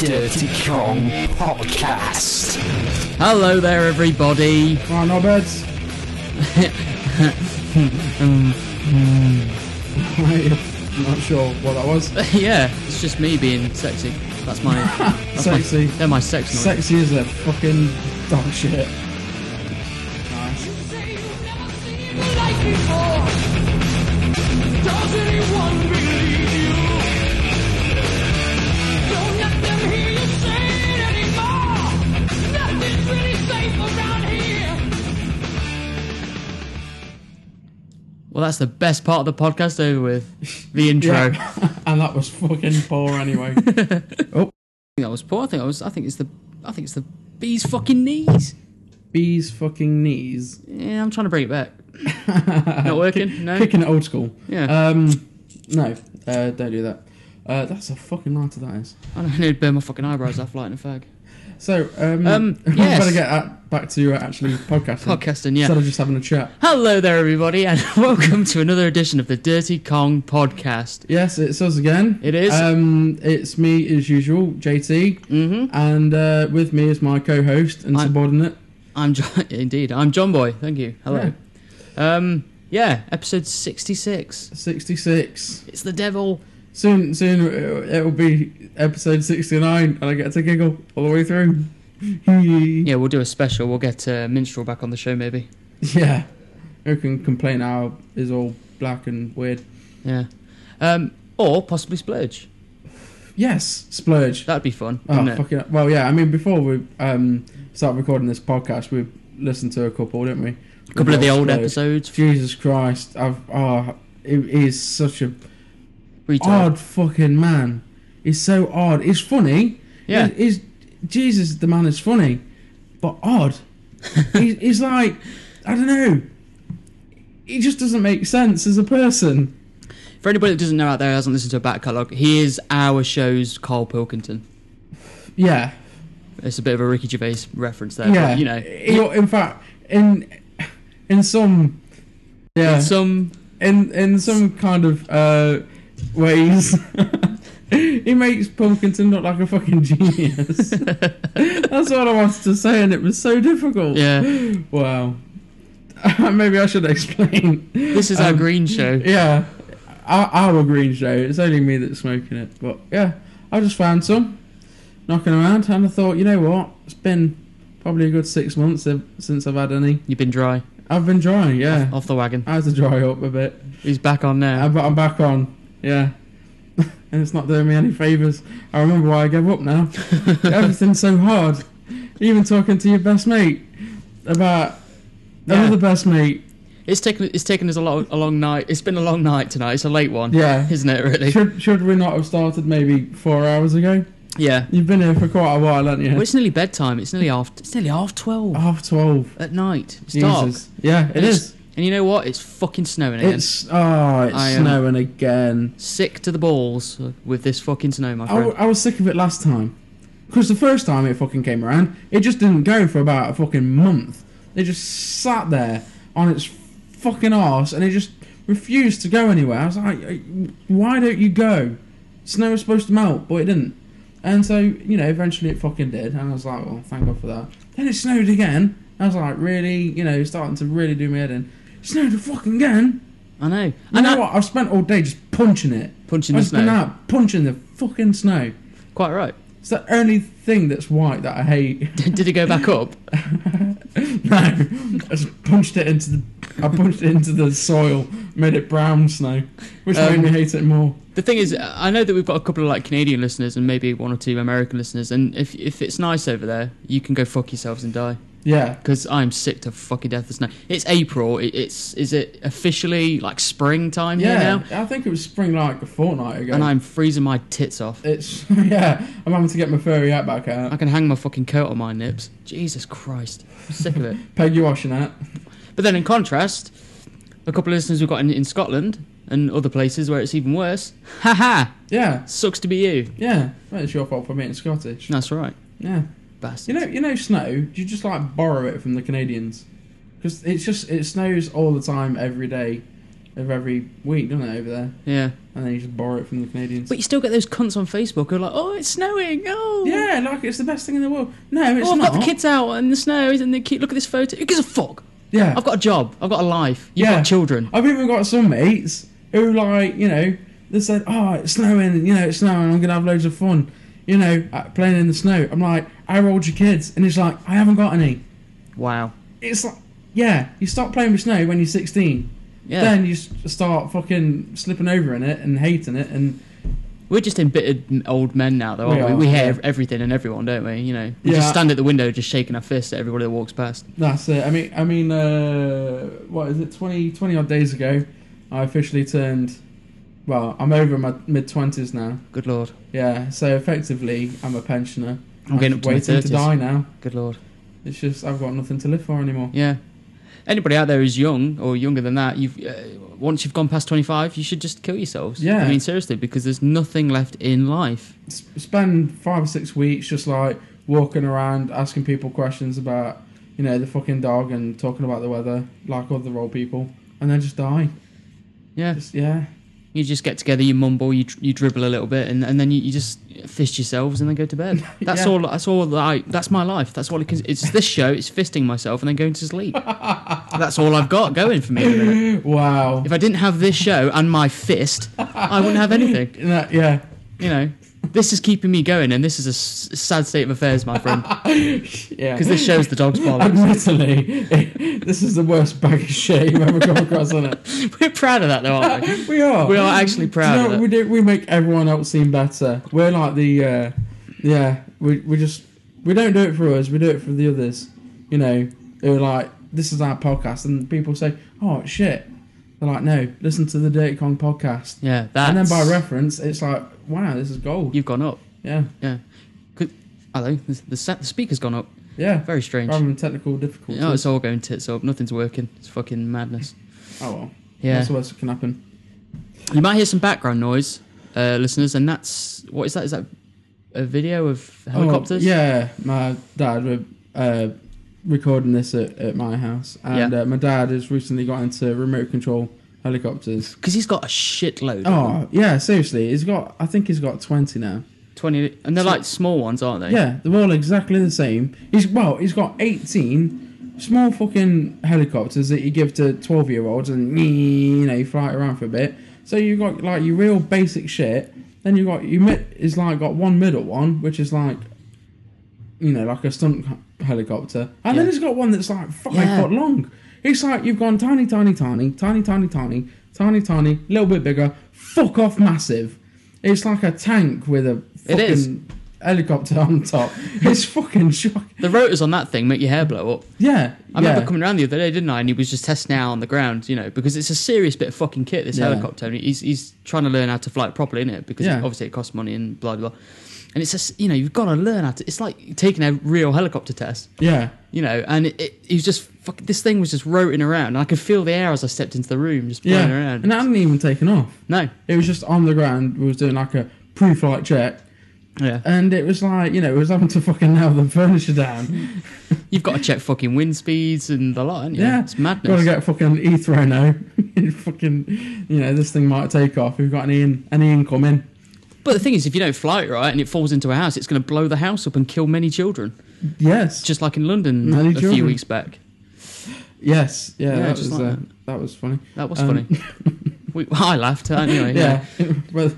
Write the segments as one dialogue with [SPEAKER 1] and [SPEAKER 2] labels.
[SPEAKER 1] Dirty Kong podcast. Hello there, everybody.
[SPEAKER 2] Oh, no beds. I'm not sure what that was.
[SPEAKER 1] yeah, it's just me being sexy. That's my that's
[SPEAKER 2] Sexy.
[SPEAKER 1] My, they're my sex noises.
[SPEAKER 2] Sexy as a fucking dog shit. Nice.
[SPEAKER 3] Say you've never seen the light before. Does anyone believe you? Don't let them hear you say it anymore. Nothing's really safe around here.
[SPEAKER 1] Well, that's the best part of the podcast over with. The intro. I
[SPEAKER 2] Yeah. and that was fucking poor anyway.
[SPEAKER 1] think that was poor. Oh. I think I was. I think it's the. I think it's the bee's fucking knees.
[SPEAKER 2] Bees fucking knees.
[SPEAKER 1] Yeah, I'm trying to bring it back. Not working. No.
[SPEAKER 2] Kicking it old school.
[SPEAKER 1] Yeah.
[SPEAKER 2] Um, no, uh, don't do that. Uh, that's a fucking lighter that is.
[SPEAKER 1] I don't need to burn my fucking eyebrows off lighting a fag.
[SPEAKER 2] So, um,
[SPEAKER 1] Um,
[SPEAKER 2] we
[SPEAKER 1] yes.
[SPEAKER 2] better get uh, back to uh, actually podcasting.
[SPEAKER 1] Podcasting, yeah.
[SPEAKER 2] Instead of just having a chat.
[SPEAKER 1] Hello there, everybody, and welcome to another edition of the Dirty Kong podcast.
[SPEAKER 2] Yes, it's us again.
[SPEAKER 1] It is.
[SPEAKER 2] Um, it's me as usual, JT,
[SPEAKER 1] Mhm.
[SPEAKER 2] and uh, with me is my co-host and
[SPEAKER 1] I'm-
[SPEAKER 2] subordinate.
[SPEAKER 1] I'm John. Indeed, I'm John Boy. Thank you. Hello. Um. Yeah. Episode sixty-six.
[SPEAKER 2] Sixty-six.
[SPEAKER 1] It's the devil.
[SPEAKER 2] Soon, soon it'll, it'll be episode sixty-nine, and I get to giggle all the way through. yeah.
[SPEAKER 1] Yeah, we'll do a special. We'll get uh, Minstrel back on the show, maybe.
[SPEAKER 2] yeah. Who can complain how is all black and weird?
[SPEAKER 1] Yeah. Um. Or possibly Splurge.
[SPEAKER 2] Yes, splurge.
[SPEAKER 1] That'd be fun.
[SPEAKER 2] Oh,
[SPEAKER 1] wouldn't it?
[SPEAKER 2] fucking well, yeah. I mean, before we um, start recording this podcast, we listened to a couple, didn't we?
[SPEAKER 1] A couple of the old
[SPEAKER 2] Splurge.
[SPEAKER 1] episodes.
[SPEAKER 2] Jesus Christ, I've oh, he, he is such a
[SPEAKER 1] Retard.
[SPEAKER 2] odd fucking man. He's so odd. He's funny.
[SPEAKER 1] Yeah.
[SPEAKER 2] He's, he's- Jesus, the man is funny, but odd. he's, he's like, I don't know. He just doesn't make sense as a person.
[SPEAKER 1] For anybody that doesn't know out there, hasn't listened to a back catalogue, he is our show's Carl Pilkington.
[SPEAKER 2] Yeah.
[SPEAKER 1] It's a bit of a Ricky Gervais reference there,
[SPEAKER 2] Yeah.
[SPEAKER 1] but you know,
[SPEAKER 2] He- in fact, in in some yeah
[SPEAKER 1] in some
[SPEAKER 2] in in some kind of uh, ways. He makes Pumpkinton look like a fucking genius. That's what I wanted to say, and it was so difficult.
[SPEAKER 1] yeah.
[SPEAKER 2] Wow. Maybe I should explain.
[SPEAKER 1] This is our
[SPEAKER 2] Um,
[SPEAKER 1] green show.
[SPEAKER 2] Yeah, our, our green show. It's only me that's smoking it, but yeah, I just found some knocking around, and I thought, you know what? It's been probably a good six months ev- since I've had any.
[SPEAKER 1] You've been dry
[SPEAKER 2] I've been dry. Yeah,
[SPEAKER 1] off the wagon.
[SPEAKER 2] I had to dry up a bit.
[SPEAKER 1] He's back on now.
[SPEAKER 2] Uh, but I'm back on. Yeah. and it's not doing me any favours. I remember why I gave up now. Everything's so hard. Even talking to your best mate about
[SPEAKER 1] Yeah.
[SPEAKER 2] another best mate.
[SPEAKER 1] It's taken it's taken us a lot a long night. It's been a long night tonight. It's a late one.
[SPEAKER 2] Yeah.
[SPEAKER 1] Isn't it really?
[SPEAKER 2] Should should we not have started maybe four hours ago?
[SPEAKER 1] Yeah.
[SPEAKER 2] You've been here for quite a while, haven't you?
[SPEAKER 1] Well, it's nearly bedtime. It's nearly half it's nearly half 12
[SPEAKER 2] Half twelve.
[SPEAKER 1] at night. It's dark.
[SPEAKER 2] Jesus. Yeah, it
[SPEAKER 1] and it's-
[SPEAKER 2] is.
[SPEAKER 1] And you know what? It's fucking snowing again.
[SPEAKER 2] It's oh, it's
[SPEAKER 1] I, um,
[SPEAKER 2] snowing again.
[SPEAKER 1] Sick to the balls with this fucking snow, my
[SPEAKER 2] I, w-
[SPEAKER 1] friend.
[SPEAKER 2] I was sick of it last time. Because the first time it fucking came around, it just didn't go for about a fucking month. It just sat there on its fucking arse and it just refused to go anywhere. I was like, "Uh, why don't you go? Snow was supposed to melt, but it didn't. And so, you know, eventually it fucking did. And I was like, well, thank God for that. Then it snowed again. I was like, really? You know, starting to really do me head in. Snowed fucking again.
[SPEAKER 1] I, know.
[SPEAKER 2] Oh. You
[SPEAKER 1] and
[SPEAKER 2] know
[SPEAKER 1] I-
[SPEAKER 2] what? I've spent all day just punching it.
[SPEAKER 1] Punching the
[SPEAKER 2] I've been
[SPEAKER 1] snow.
[SPEAKER 2] out punching the fucking snow.
[SPEAKER 1] Quite right.
[SPEAKER 2] It's the only thing that's white that I hate.
[SPEAKER 1] Did it go back up?
[SPEAKER 2] no, I just punched it into the. I punched it into the soil, made it brown snow, which
[SPEAKER 1] Um,
[SPEAKER 2] made me hate it more.
[SPEAKER 1] The thing is, I know that we've got a couple of like Canadian listeners and maybe one or two American listeners, and if if it's nice over there, you can go fuck yourselves and die
[SPEAKER 2] Yeah,
[SPEAKER 1] because I'm sick to fucking death of snow. It's April. It, it's is it officially like springtime here
[SPEAKER 2] yeah.
[SPEAKER 1] now?
[SPEAKER 2] I think it was spring like a fortnight ago.
[SPEAKER 1] And I'm freezing my tits off.
[SPEAKER 2] It's yeah. I'm having to get my furry hat back out.
[SPEAKER 1] I can hang my fucking coat on my nips. Jesus Christ, I'm sick of it.
[SPEAKER 2] Peggy washing hat.
[SPEAKER 1] But then in contrast, a couple of listeners we've got in, in Scotland and other places where it's even worse. Ha ha!
[SPEAKER 2] Yeah,
[SPEAKER 1] Sucks to be you.
[SPEAKER 2] yeah. Well, it's your fault for being Scottish.
[SPEAKER 1] That's right,
[SPEAKER 2] Yeah.
[SPEAKER 1] bastard.
[SPEAKER 2] You know, you know, snow. Do you just like borrow it from the Canadians? Because it's just it snows all the time, every day, of every week, doesn't it, over there?
[SPEAKER 1] Yeah.
[SPEAKER 2] And then you just borrow it from the Canadians.
[SPEAKER 1] But you still get those cunts on Facebook who are like, oh, it's snowing. Oh.
[SPEAKER 2] yeah, like it's the best thing in the world. No, it's
[SPEAKER 1] Oh, I've
[SPEAKER 2] not.
[SPEAKER 1] got the kids out in the snow and they keep look at this photo. Who gives a fuck?
[SPEAKER 2] Yeah,
[SPEAKER 1] I've got a job. I've got a life. You've
[SPEAKER 2] Yeah.
[SPEAKER 1] got children.
[SPEAKER 2] I've even got some mates who like you know they said, "Oh, it's snowing. You know, it's snowing. I'm gonna have loads of fun. You know, uh, playing in the snow." I'm like, "How old your kids?" And it's like, "I haven't got any."
[SPEAKER 1] Wow.
[SPEAKER 2] It's like, yeah, you start playing with snow when you're 16.
[SPEAKER 1] Yeah.
[SPEAKER 2] Then you s- start fucking slipping over in it and hating it, and
[SPEAKER 1] We're just embittered m- old men now, though,
[SPEAKER 2] We
[SPEAKER 1] aren't we?
[SPEAKER 2] are,
[SPEAKER 1] We, hear
[SPEAKER 2] yeah.
[SPEAKER 1] ev- everything and everyone, don't we? You know, we
[SPEAKER 2] Yeah.
[SPEAKER 1] just stand at the window, just shaking our fists at everybody that walks past.
[SPEAKER 2] that's it. I mean, I mean, uh, what is it? 20, 20 odd days ago, I officially turned. Well, I'm over my mid twenties now.
[SPEAKER 1] Good lord.
[SPEAKER 2] Yeah, so effectively, I'm a pensioner.
[SPEAKER 1] I'm getting up
[SPEAKER 2] just
[SPEAKER 1] to my
[SPEAKER 2] waiting to
[SPEAKER 1] 30s.
[SPEAKER 2] die now.
[SPEAKER 1] Good lord.
[SPEAKER 2] It's just I've got nothing to live for anymore.
[SPEAKER 1] Yeah. Anybody out there who's young or younger than that, you've uh, once you've gone past twenty five, you should just kill yourselves.
[SPEAKER 2] Yeah.
[SPEAKER 1] I mean seriously, because there's nothing left in life.
[SPEAKER 2] S- spend five or six weeks just like walking around, asking people questions about you know the fucking dog and talking about the weather like other old people, and then just die.
[SPEAKER 1] Yeah.
[SPEAKER 2] Just yeah,
[SPEAKER 1] You just get together, you mumble, you dr- you dribble a little bit, and, and then you, you just fist yourselves and then go to bed. That's
[SPEAKER 2] Yeah.
[SPEAKER 1] all. That's all. that I, that's my life. That's all. It can, it's this show. It's fisting myself and then going to sleep. that's all I've got going for me. at the minute.
[SPEAKER 2] wow.
[SPEAKER 1] If I didn't have this show and my fist, I wouldn't have anything.
[SPEAKER 2] No, yeah,
[SPEAKER 1] You know, this is keeping me going, and this is a s- sad state of affairs, my friend,
[SPEAKER 2] yeah.
[SPEAKER 1] because this show's the dog's bollocks.
[SPEAKER 2] Admittedly, this is the worst bag of shit you've ever come across, isn't it?
[SPEAKER 1] We're proud of that, though, aren't we?
[SPEAKER 2] We are.
[SPEAKER 1] We are actually proud
[SPEAKER 2] Do you
[SPEAKER 1] of
[SPEAKER 2] know,
[SPEAKER 1] that.
[SPEAKER 2] we do. We make everyone else seem better. We're like the, uh, yeah. We we just we don't do it for us. We do it for the others. You know, they're like, this is our podcast, and people say, oh it's shit. They're like, no, listen to the Dirty Kong podcast.
[SPEAKER 1] Yeah, that's.
[SPEAKER 2] And then by reference, it's like, wow, this is gold.
[SPEAKER 1] you've gone up.
[SPEAKER 2] yeah,
[SPEAKER 1] Yeah. Could, hello, the, the, sa- the speaker's gone up.
[SPEAKER 2] yeah.
[SPEAKER 1] Very strange.
[SPEAKER 2] Rather than technical difficulties.
[SPEAKER 1] No, Oh, it's all going tits up. Nothing's working. It's fucking madness.
[SPEAKER 2] oh well.
[SPEAKER 1] Yeah.
[SPEAKER 2] That's the worst that can happen.
[SPEAKER 1] You might hear some background noise, uh, listeners, and that's what is that? Is that a video of helicopters?
[SPEAKER 2] Oh, yeah, my dad were uh, recording this at, at my house, and
[SPEAKER 1] Yeah.
[SPEAKER 2] uh, my dad has recently got into remote control helicopters.
[SPEAKER 1] Because he's got a shitload. of them.
[SPEAKER 2] Oh yeah, seriously, he's got. I think he's got twenty now.
[SPEAKER 1] Twenty, and they're
[SPEAKER 2] So-
[SPEAKER 1] like small ones, aren't they?
[SPEAKER 2] Yeah, they're all exactly the same. He's well, he's got eighteen small fucking helicopters that you give to twelve year olds, and you know you fly it around for a bit. So you've got like your real basic shit. Then you've got you mid is like got one middle one, which is like you know like a stunt h- helicopter, and then
[SPEAKER 1] Yeah.
[SPEAKER 2] he's got one that's like five
[SPEAKER 1] Yeah.
[SPEAKER 2] foot long. It's like you've gone tiny, tiny, tiny, tiny, tiny, tiny, tiny, tiny, little bit bigger. Fuck off, massive. It's like a tank with a
[SPEAKER 1] It
[SPEAKER 2] fucking
[SPEAKER 1] is.
[SPEAKER 2] helicopter on top. It's fucking shocking.
[SPEAKER 1] The rotors on that thing make your hair blow up.
[SPEAKER 2] Yeah,
[SPEAKER 1] I
[SPEAKER 2] yeah.
[SPEAKER 1] remember coming around the other day, didn't I? And he was just testing it out on the ground, you know, because it's a serious bit of fucking kit. This
[SPEAKER 2] Yeah.
[SPEAKER 1] helicopter, and he's he's trying to learn how to fly it properly, innit? Because
[SPEAKER 2] Yeah.
[SPEAKER 1] obviously it costs money and blah blah. And it's just you know you've got to learn how to. It's like taking a real helicopter test,
[SPEAKER 2] yeah,
[SPEAKER 1] you know. And it, it he was just fuck, this thing was just rotating around. And I could feel the air as I stepped into the room, just blowing
[SPEAKER 2] yeah.
[SPEAKER 1] around.
[SPEAKER 2] And that hadn't even taken off.
[SPEAKER 1] no,
[SPEAKER 2] It was just on the ground. We was doing like a pre-flight check,
[SPEAKER 1] yeah,
[SPEAKER 2] and it was like you know it was having to fucking nail the furniture down.
[SPEAKER 1] you've got to check fucking wind speeds and the lot, haven't you?
[SPEAKER 2] Yeah,
[SPEAKER 1] it's madness.
[SPEAKER 2] Got to get fucking E thrown out. fucking, you know, this thing might take off. We've got any in, any incoming.
[SPEAKER 1] But the thing is, if you don't fly it right and it falls into a house, it's going to blow the house up and kill many children.
[SPEAKER 2] Yes,
[SPEAKER 1] Just like in London
[SPEAKER 2] Many
[SPEAKER 1] a
[SPEAKER 2] children.
[SPEAKER 1] few weeks back.
[SPEAKER 2] yes, yeah.
[SPEAKER 1] Yeah,
[SPEAKER 2] that
[SPEAKER 1] just
[SPEAKER 2] was
[SPEAKER 1] like
[SPEAKER 2] uh,
[SPEAKER 1] that.
[SPEAKER 2] that was funny.
[SPEAKER 1] That was
[SPEAKER 2] Um,
[SPEAKER 1] funny. We, I laughed anyway. Yeah.
[SPEAKER 2] yeah, well,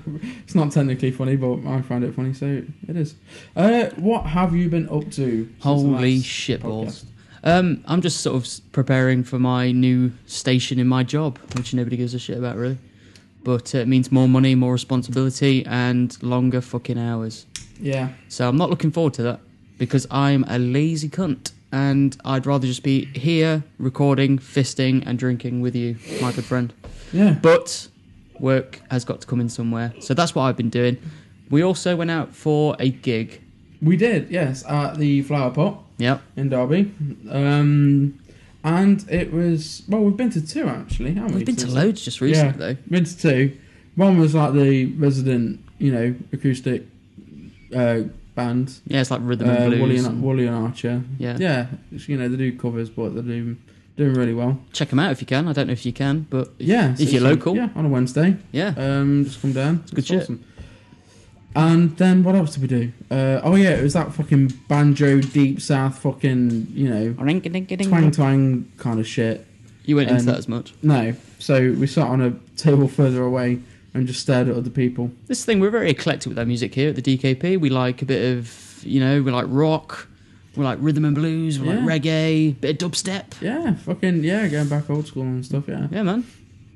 [SPEAKER 2] it's not technically funny, but I find it funny, so it is. Uh, what have you been up to? since the
[SPEAKER 1] Holy
[SPEAKER 2] last
[SPEAKER 1] shit balls.
[SPEAKER 2] podcast?
[SPEAKER 1] Um, I'm just sort of s- preparing for my new station in my job, which nobody gives a shit about really. But uh, it means more money, more responsibility, and longer fucking hours.
[SPEAKER 2] Yeah,
[SPEAKER 1] So I'm not looking forward to that because I'm a lazy cunt and I'd rather just be here recording, fisting, and drinking with you, my good friend.
[SPEAKER 2] yeah,
[SPEAKER 1] But work has got to come in somewhere. So that's what I've been doing. We also went out for a gig.
[SPEAKER 2] we did. Yes, at the Flower Pot
[SPEAKER 1] Yep.
[SPEAKER 2] in Derby, um, and it was well. We've been to two actually, haven't we?
[SPEAKER 1] We've been to
[SPEAKER 2] since-
[SPEAKER 1] loads just recently,
[SPEAKER 2] yeah,
[SPEAKER 1] though.
[SPEAKER 2] Been to two. One was like the resident, you know, acoustic uh, band,
[SPEAKER 1] Yeah, it's like rhythm and
[SPEAKER 2] uh,
[SPEAKER 1] blues.
[SPEAKER 2] Woolley and,
[SPEAKER 1] and-
[SPEAKER 2] Woolley and Archer.
[SPEAKER 1] yeah.
[SPEAKER 2] Yeah, it's- you know they do covers, but they do doing really well.
[SPEAKER 1] Check them out if you can. I don't know if you can, but if,
[SPEAKER 2] Yeah,
[SPEAKER 1] if you're
[SPEAKER 2] so-
[SPEAKER 1] local, yeah,
[SPEAKER 2] yeah, on a Wednesday, um, just come down. It's
[SPEAKER 1] good shit.
[SPEAKER 2] Awesome. And then what else did we do? Uh, oh yeah, it was that fucking banjo deep south fucking you know twang twang kind of shit.
[SPEAKER 1] you went into
[SPEAKER 2] um,
[SPEAKER 1] that as much.
[SPEAKER 2] No, so we sat on a table further away and just stared at other people.
[SPEAKER 1] This thing we're very eclectic with our music here at the DKP. We like a bit of you know we like rock, we like rhythm and blues, we
[SPEAKER 2] Yeah.
[SPEAKER 1] like reggae, bit of dubstep.
[SPEAKER 2] Yeah, fucking yeah, going back old school and stuff. Yeah,
[SPEAKER 1] Yeah, man.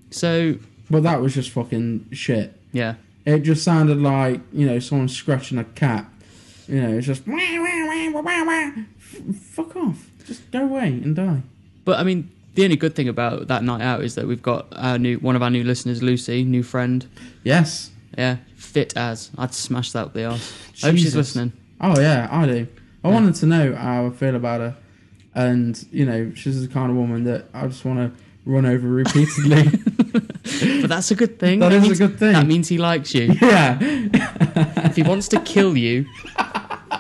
[SPEAKER 1] So
[SPEAKER 2] but that was just fucking shit.
[SPEAKER 1] yeah,
[SPEAKER 2] It just sounded like you know someone scratching a cat. You know, it's just wah, wah, wah, wah, wah, wah. F- fuck off. Just go away and die.
[SPEAKER 1] But I mean, the only good thing about that night out is that we've got our new one of our new listeners, Lucy, new friend.
[SPEAKER 2] Yes.
[SPEAKER 1] Yeah, fit as I'd smash that up the arse. I hope she's
[SPEAKER 2] Jesus.
[SPEAKER 1] listening.
[SPEAKER 2] Oh yeah, I do. I
[SPEAKER 1] Yeah.
[SPEAKER 2] wanted to know how I feel about her, and you know she's the kind of woman that I just want to run over repeatedly.
[SPEAKER 1] But that's a good thing.
[SPEAKER 2] That is a
[SPEAKER 1] means,
[SPEAKER 2] good thing.
[SPEAKER 1] That means he likes you.
[SPEAKER 2] yeah,
[SPEAKER 1] if he wants to kill you,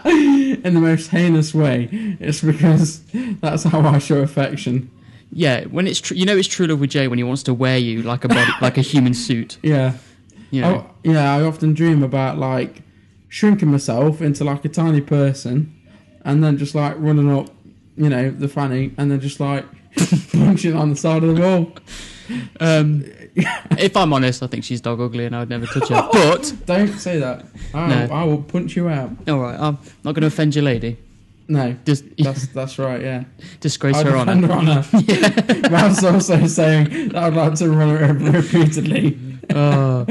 [SPEAKER 2] in the most heinous way. It's because that's how I show affection.
[SPEAKER 1] yeah. When it's tr- you know it's true love with Jay when he wants to wear you like a body, like a human suit.
[SPEAKER 2] Yeah.
[SPEAKER 1] You know,
[SPEAKER 2] Oh, yeah, I often dream about like shrinking myself into like a tiny person and then just like running up, you know, the fanny and then just like punching on the side of the wall.
[SPEAKER 1] um,
[SPEAKER 2] Oh.
[SPEAKER 1] if I'm honest, I think she's dog ugly and I would never touch her. But
[SPEAKER 2] Don't say that. I,
[SPEAKER 1] No.
[SPEAKER 2] I will punch you out.
[SPEAKER 1] all right, I'm not going to offend your lady.
[SPEAKER 2] No,
[SPEAKER 1] Just
[SPEAKER 2] that's that's right, yeah.
[SPEAKER 1] disgrace
[SPEAKER 2] I
[SPEAKER 1] her
[SPEAKER 2] defend
[SPEAKER 1] honor.
[SPEAKER 2] her honour. Whilst also saying that I'd like to run her over repeatedly.
[SPEAKER 1] Oh,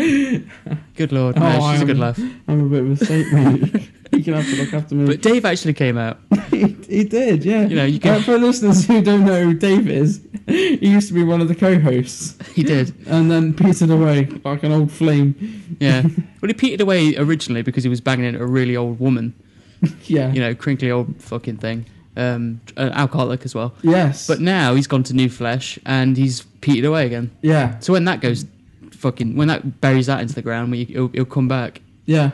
[SPEAKER 1] good lord,
[SPEAKER 2] Oh,
[SPEAKER 1] no,
[SPEAKER 2] I
[SPEAKER 1] she's a good
[SPEAKER 2] am-
[SPEAKER 1] laugh.
[SPEAKER 2] I'm a bit of a saint, mate. You're gonna have to look after me.
[SPEAKER 1] But Dave actually came out.
[SPEAKER 2] He, he did, yeah.
[SPEAKER 1] You know, you
[SPEAKER 2] Uh,
[SPEAKER 1] can-
[SPEAKER 2] for listeners who don't know who Dave is, he used to be one of the co-hosts,
[SPEAKER 1] He did.
[SPEAKER 2] and then petered away like an old flame.
[SPEAKER 1] Yeah. Well, he petered away originally because he was banging at a really old woman,
[SPEAKER 2] Yeah.
[SPEAKER 1] you know, crinkly old fucking thing, um, an alcoholic as well.
[SPEAKER 2] Yes.
[SPEAKER 1] But now he's gone to new flesh and he's petered away again.
[SPEAKER 2] yeah,
[SPEAKER 1] So when that goes, fucking, when that buries that into the ground, we, it'll, it'll come back.
[SPEAKER 2] yeah.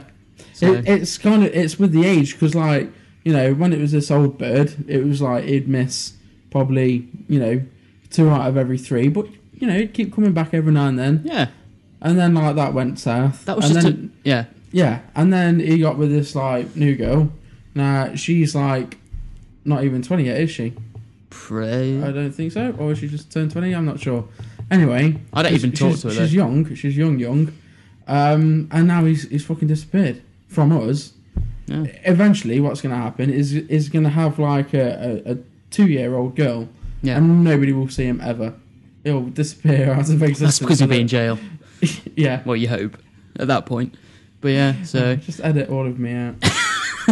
[SPEAKER 1] So
[SPEAKER 2] It, it's kind of it's with the age because like you know when it was this old bird, it was like it'd miss probably you know two out of every three, but you know it'd keep coming back every now and then,
[SPEAKER 1] yeah,
[SPEAKER 2] and then like that went south.
[SPEAKER 1] that was
[SPEAKER 2] and
[SPEAKER 1] just
[SPEAKER 2] then,
[SPEAKER 1] a yeah.
[SPEAKER 2] Yeah, and then he got with this like new girl. Now she's like not even twenty yet, is she? I
[SPEAKER 1] Pray.
[SPEAKER 2] don't think so. Or she just turned twenty? I'm not sure. Anyway,
[SPEAKER 1] I don't
[SPEAKER 2] she's-
[SPEAKER 1] even talk
[SPEAKER 2] she's-
[SPEAKER 1] to her,
[SPEAKER 2] She's
[SPEAKER 1] though.
[SPEAKER 2] young. She's young, young. Um, and now he's he's fucking disappeared from us.
[SPEAKER 1] Yeah.
[SPEAKER 2] Eventually, what's going to happen is is going to have like a, a, a two year old girl,
[SPEAKER 1] Yeah.
[SPEAKER 2] and nobody will see him ever. He'll disappear out of existence.
[SPEAKER 1] That's because he'll be in jail.
[SPEAKER 2] yeah.
[SPEAKER 1] Well, you hope at that point. But yeah, so
[SPEAKER 2] Just edit all of me out.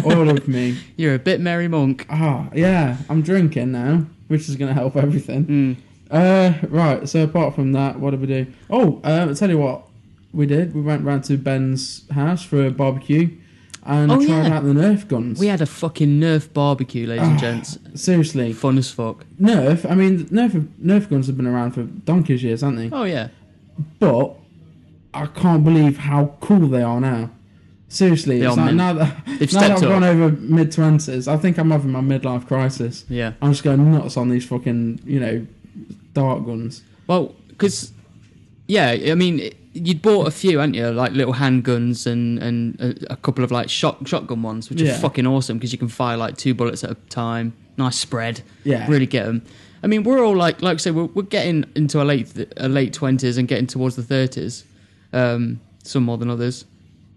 [SPEAKER 2] all of me.
[SPEAKER 1] you're a bit Mary Monk.
[SPEAKER 2] Ah, yeah, I'm drinking now, which is going to help everything.
[SPEAKER 1] Mm.
[SPEAKER 2] Uh, right, so apart from that, what did we do? Oh, uh, I'll tell you what we did. We went round to Ben's house for a barbecue and
[SPEAKER 1] Oh,
[SPEAKER 2] tried
[SPEAKER 1] yeah.
[SPEAKER 2] out the Nerf guns.
[SPEAKER 1] We had a fucking Nerf barbecue, ladies and gents.
[SPEAKER 2] Seriously,
[SPEAKER 1] Fun as fuck.
[SPEAKER 2] Nerf, I mean, Nerf, Nerf guns have been around for donkey's years, haven't they?
[SPEAKER 1] Oh yeah.
[SPEAKER 2] But I can't believe how cool they are now. Seriously,
[SPEAKER 1] They
[SPEAKER 2] it's
[SPEAKER 1] are
[SPEAKER 2] like
[SPEAKER 1] mint.
[SPEAKER 2] now that, now
[SPEAKER 1] They've
[SPEAKER 2] that I've
[SPEAKER 1] stepped
[SPEAKER 2] gone
[SPEAKER 1] up.
[SPEAKER 2] over mid 20s, I think I'm having my midlife crisis.
[SPEAKER 1] Yeah.
[SPEAKER 2] I'm just going nuts on these fucking, you know, dart guns.
[SPEAKER 1] Well, because yeah, I mean, it- you'd bought a few, hadn't you? Like little handguns and and a, a couple of like shot shotgun ones, which
[SPEAKER 2] Yeah.
[SPEAKER 1] are fucking awesome because you can fire like two bullets at a time. Nice spread.
[SPEAKER 2] Yeah.
[SPEAKER 1] Really get them. I mean, we're all like, like I say, we're, we're getting into our late our late twenties and getting towards the thirties. Um, some more than others,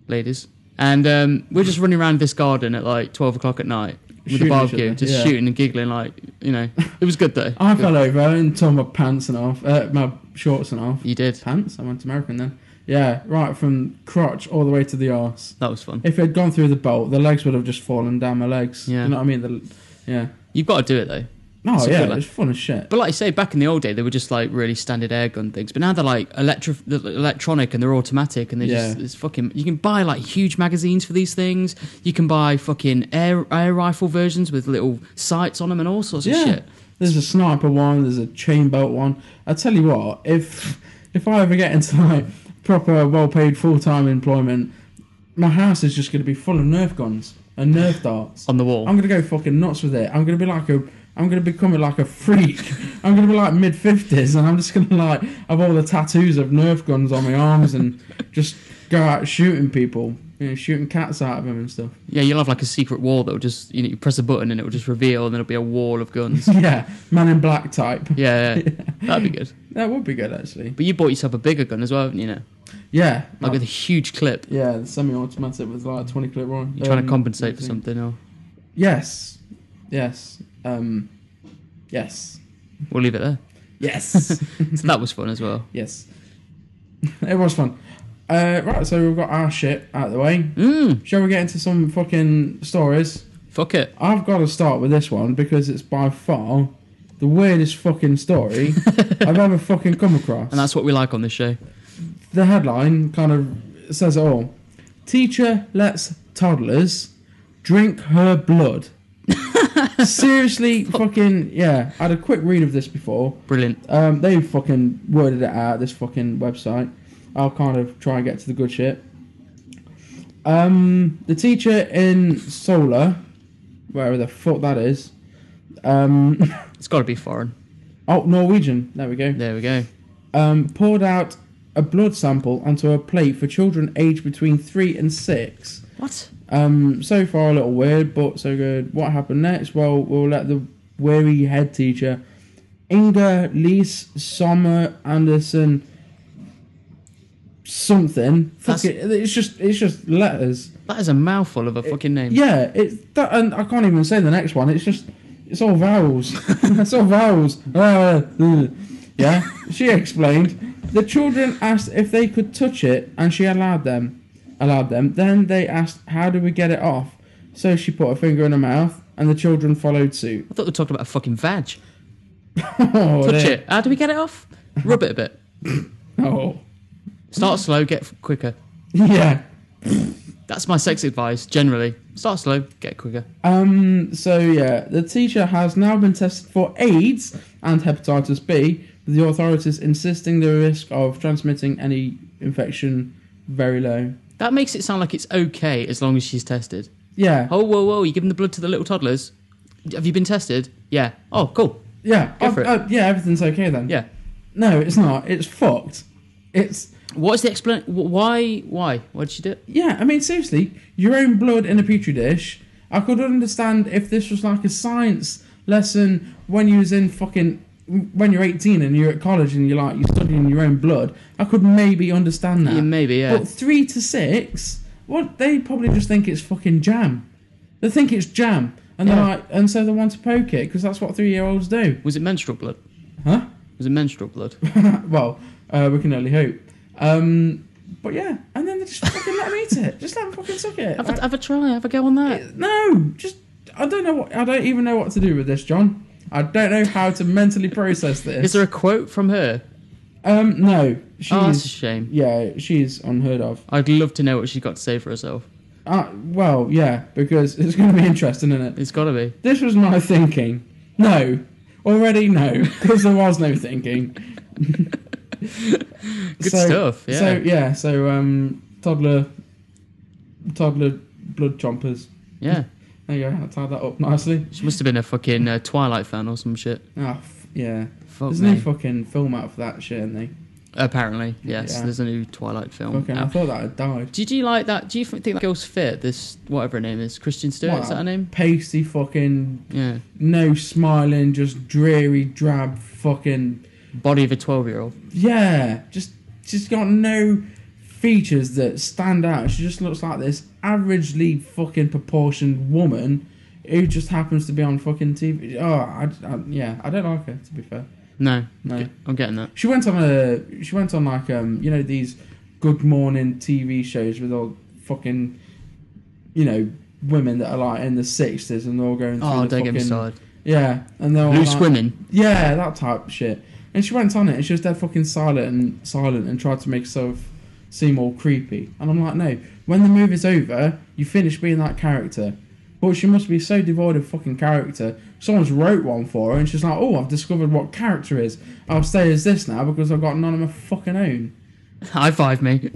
[SPEAKER 1] ladies. And um, we're just running around this garden at like twelve o'clock at night with
[SPEAKER 2] Shooting
[SPEAKER 1] a
[SPEAKER 2] each
[SPEAKER 1] barbecue,
[SPEAKER 2] other,
[SPEAKER 1] just
[SPEAKER 2] yeah.
[SPEAKER 1] shooting and giggling. Like you know, it was good though.
[SPEAKER 2] I fell over and tore my pants and off, uh, my shorts and off.
[SPEAKER 1] You did.
[SPEAKER 2] Pants? I went to American then. Yeah, right from crotch all the way to the arse.
[SPEAKER 1] That was fun.
[SPEAKER 2] If it had gone through the bolt, the legs would have just fallen down my legs.
[SPEAKER 1] Yeah.
[SPEAKER 2] You know what I mean? The, yeah.
[SPEAKER 1] You've got to do it though.
[SPEAKER 2] No,
[SPEAKER 1] It's a
[SPEAKER 2] yeah,
[SPEAKER 1] good
[SPEAKER 2] it's fun as shit.
[SPEAKER 1] But like I say, back in the old day, they were just like really standard air gun things. But now they're like electro- they're electronic and they're automatic and they are just
[SPEAKER 2] Yeah.
[SPEAKER 1] it's fucking. You can buy like huge magazines for these things. You can buy fucking air air rifle versions with little sights on them and all sorts of
[SPEAKER 2] yeah.
[SPEAKER 1] shit.
[SPEAKER 2] There's a sniper one. There's a chain belt one. I tell you what, if if I ever get into like proper, well-paid, full-time employment, my house is just gonna be full of Nerf guns and Nerf darts.
[SPEAKER 1] On the wall.
[SPEAKER 2] I'm gonna go fucking nuts with it. I'm gonna be like a I'm gonna become like a freak. I'm gonna be like mid fifties, and I'm just gonna like have all the tattoos of Nerf guns on my arms and just go out shooting people, you know, shooting cats out of them and stuff.
[SPEAKER 1] Yeah, you'll have like a secret wall that will just you know you press a button and it will just reveal, and there'll be a wall of guns.
[SPEAKER 2] yeah, Man in Black type.
[SPEAKER 1] yeah, yeah, that'd be good.
[SPEAKER 2] That would be good actually.
[SPEAKER 1] But you bought yourself a bigger gun as well, haven't you? Now,
[SPEAKER 2] Yeah,
[SPEAKER 1] like with a huge clip.
[SPEAKER 2] yeah, the semi-automatic with like a twenty clip round.
[SPEAKER 1] You're trying
[SPEAKER 2] um,
[SPEAKER 1] to compensate for
[SPEAKER 2] thing.
[SPEAKER 1] something, or
[SPEAKER 2] Yes, yes, um, yes,
[SPEAKER 1] we'll leave it there.
[SPEAKER 2] yes.
[SPEAKER 1] So that was fun as well.
[SPEAKER 2] Yes. it was fun. Uh, right, so we've got our shit out of the way.
[SPEAKER 1] Mm,
[SPEAKER 2] Shall we get into some fucking stories?
[SPEAKER 1] fuck it.
[SPEAKER 2] I've got to start with this one because it's by far the weirdest fucking story I've ever fucking come across.
[SPEAKER 1] And that's what we like on this show.
[SPEAKER 2] the headline kind of says it all. Teacher lets toddlers drink her blood. Seriously, fucking yeah. I had a quick read of this before,
[SPEAKER 1] Brilliant.
[SPEAKER 2] um, they fucking worded it out this fucking website. I'll kind of try and get to the good shit. Um, the teacher in Solar, wherever the fuck that is, um,
[SPEAKER 1] It's got to be foreign.
[SPEAKER 2] oh Norwegian, there we go.
[SPEAKER 1] There we go.
[SPEAKER 2] Um, poured out a blood sample onto a plate for children aged between three and six.
[SPEAKER 1] What?
[SPEAKER 2] Um, so far a little weird, but so good. What happened next? Well, we'll let the weary head teacher Inga Lise Sommer Anderson something. Fuck
[SPEAKER 1] That's-
[SPEAKER 2] it. It's just it's just letters.
[SPEAKER 1] That is a mouthful of a fucking name.
[SPEAKER 2] Yeah, it's that, and I can't even say the next one. It's just it's all vowels. it's all vowels. Uh, uh. yeah, she explained. The children asked if they could touch it, and she allowed them. Allowed them. Then they asked, "How do we get it off?" So she put her finger in her mouth, and the children followed suit.
[SPEAKER 1] I thought we were talking about a fucking vag.
[SPEAKER 2] oh,
[SPEAKER 1] Touch
[SPEAKER 2] there.
[SPEAKER 1] it. How do we get it off? Rub it a bit.
[SPEAKER 2] Oh,
[SPEAKER 1] Start slow, get f- quicker.
[SPEAKER 2] yeah.
[SPEAKER 1] That's my sex advice generally. Start slow, get quicker.
[SPEAKER 2] Um, so yeah, the teacher has now been tested for AIDS and hepatitis B, with the authorities insisting the risk of transmitting any infection very low.
[SPEAKER 1] That makes it sound like it's okay as long as she's tested.
[SPEAKER 2] Yeah,
[SPEAKER 1] Oh, whoa, whoa, you're giving the blood to the little toddlers? Have you been tested? Yeah. Oh, cool.
[SPEAKER 2] yeah,
[SPEAKER 1] Go for
[SPEAKER 2] Oh, oh, yeah. Everything's okay then.
[SPEAKER 1] Yeah.
[SPEAKER 2] No, it's not. It's fucked. It's
[SPEAKER 1] What's the explanation? Why? Why? Why did she do it?
[SPEAKER 2] yeah. I mean, seriously, your own blood in a petri dish. I could understand if this was like a science lesson when you was in fucking when you're 18 and you're at college and you're like you're studying your own blood. I could maybe understand that.
[SPEAKER 1] Yeah, maybe, yeah.
[SPEAKER 2] But three to six, what they probably just think it's fucking jam. They think it's jam, and they're
[SPEAKER 1] Yeah.
[SPEAKER 2] like, and so they want to poke it because that's what three-year-olds do,
[SPEAKER 1] Was it menstrual blood?
[SPEAKER 2] huh?
[SPEAKER 1] Was it menstrual blood?
[SPEAKER 2] well, uh, we can only hope. Um, but yeah, and then they just fucking let them eat it. Just let them fucking suck it.
[SPEAKER 1] Have
[SPEAKER 2] Like,
[SPEAKER 1] a, have a try, have a go on that.
[SPEAKER 2] no, just I don't know what I don't even know what to do with this, John. I don't know how to mentally process this.
[SPEAKER 1] Is there a quote from her?
[SPEAKER 2] Um, no, she's
[SPEAKER 1] Oh, that's a shame.
[SPEAKER 2] yeah, she's unheard of.
[SPEAKER 1] I'd love to know what she's got to say for herself.
[SPEAKER 2] Uh, well, yeah, because it's going to be interesting, isn't it?
[SPEAKER 1] It's got to be.
[SPEAKER 2] This was my thinking. No. Already no, because there was no thinking.
[SPEAKER 1] Good stuff, yeah.
[SPEAKER 2] So yeah, so um toddler toddler blood chompers.
[SPEAKER 1] Yeah.
[SPEAKER 2] There you go, I tied that up nicely.
[SPEAKER 1] She must have been a fucking uh, Twilight fan or some shit.
[SPEAKER 2] Ah f- yeah.
[SPEAKER 1] Fuck
[SPEAKER 2] There's
[SPEAKER 1] me.
[SPEAKER 2] no fucking film out for that shit, isn't they?
[SPEAKER 1] Apparently, yes.
[SPEAKER 2] Yeah.
[SPEAKER 1] There's a new Twilight film.
[SPEAKER 2] Fucking I
[SPEAKER 1] out.
[SPEAKER 2] thought that had died.
[SPEAKER 1] Did you like that? Do you think that girl's fit? This whatever her name is, Christian Stewart.
[SPEAKER 2] What
[SPEAKER 1] Is that her name?
[SPEAKER 2] Pasty fucking
[SPEAKER 1] Yeah.
[SPEAKER 2] no smiling, just dreary, drab fucking
[SPEAKER 1] Body of a twelve-year-old.
[SPEAKER 2] Yeah, just she's got no features that stand out. She just looks like this averagely fucking proportioned woman who just happens to be on fucking TV. Oh, I, I- yeah, I don't like her to be fair.
[SPEAKER 1] No.
[SPEAKER 2] No.
[SPEAKER 1] G- I'm getting that.
[SPEAKER 2] She went on a she went on like um you know these good morning TV shows with all fucking you know women that are like in the sixties and they're all going through
[SPEAKER 1] Oh,
[SPEAKER 2] the
[SPEAKER 1] don't get me
[SPEAKER 2] fucking-
[SPEAKER 1] started.
[SPEAKER 2] yeah and they're all
[SPEAKER 1] Loose
[SPEAKER 2] like,
[SPEAKER 1] women.
[SPEAKER 2] yeah, that type of shit. And she went on it and she was dead fucking silent and silent and tried to make herself seem all creepy. And I'm like, no, when the movie's over, you finish being that character. But she must be so devoid of fucking character. Someone's wrote one for her and she's like, oh, I've discovered what character is. I'll stay as this now because I've got none of my fucking own.
[SPEAKER 1] High five me.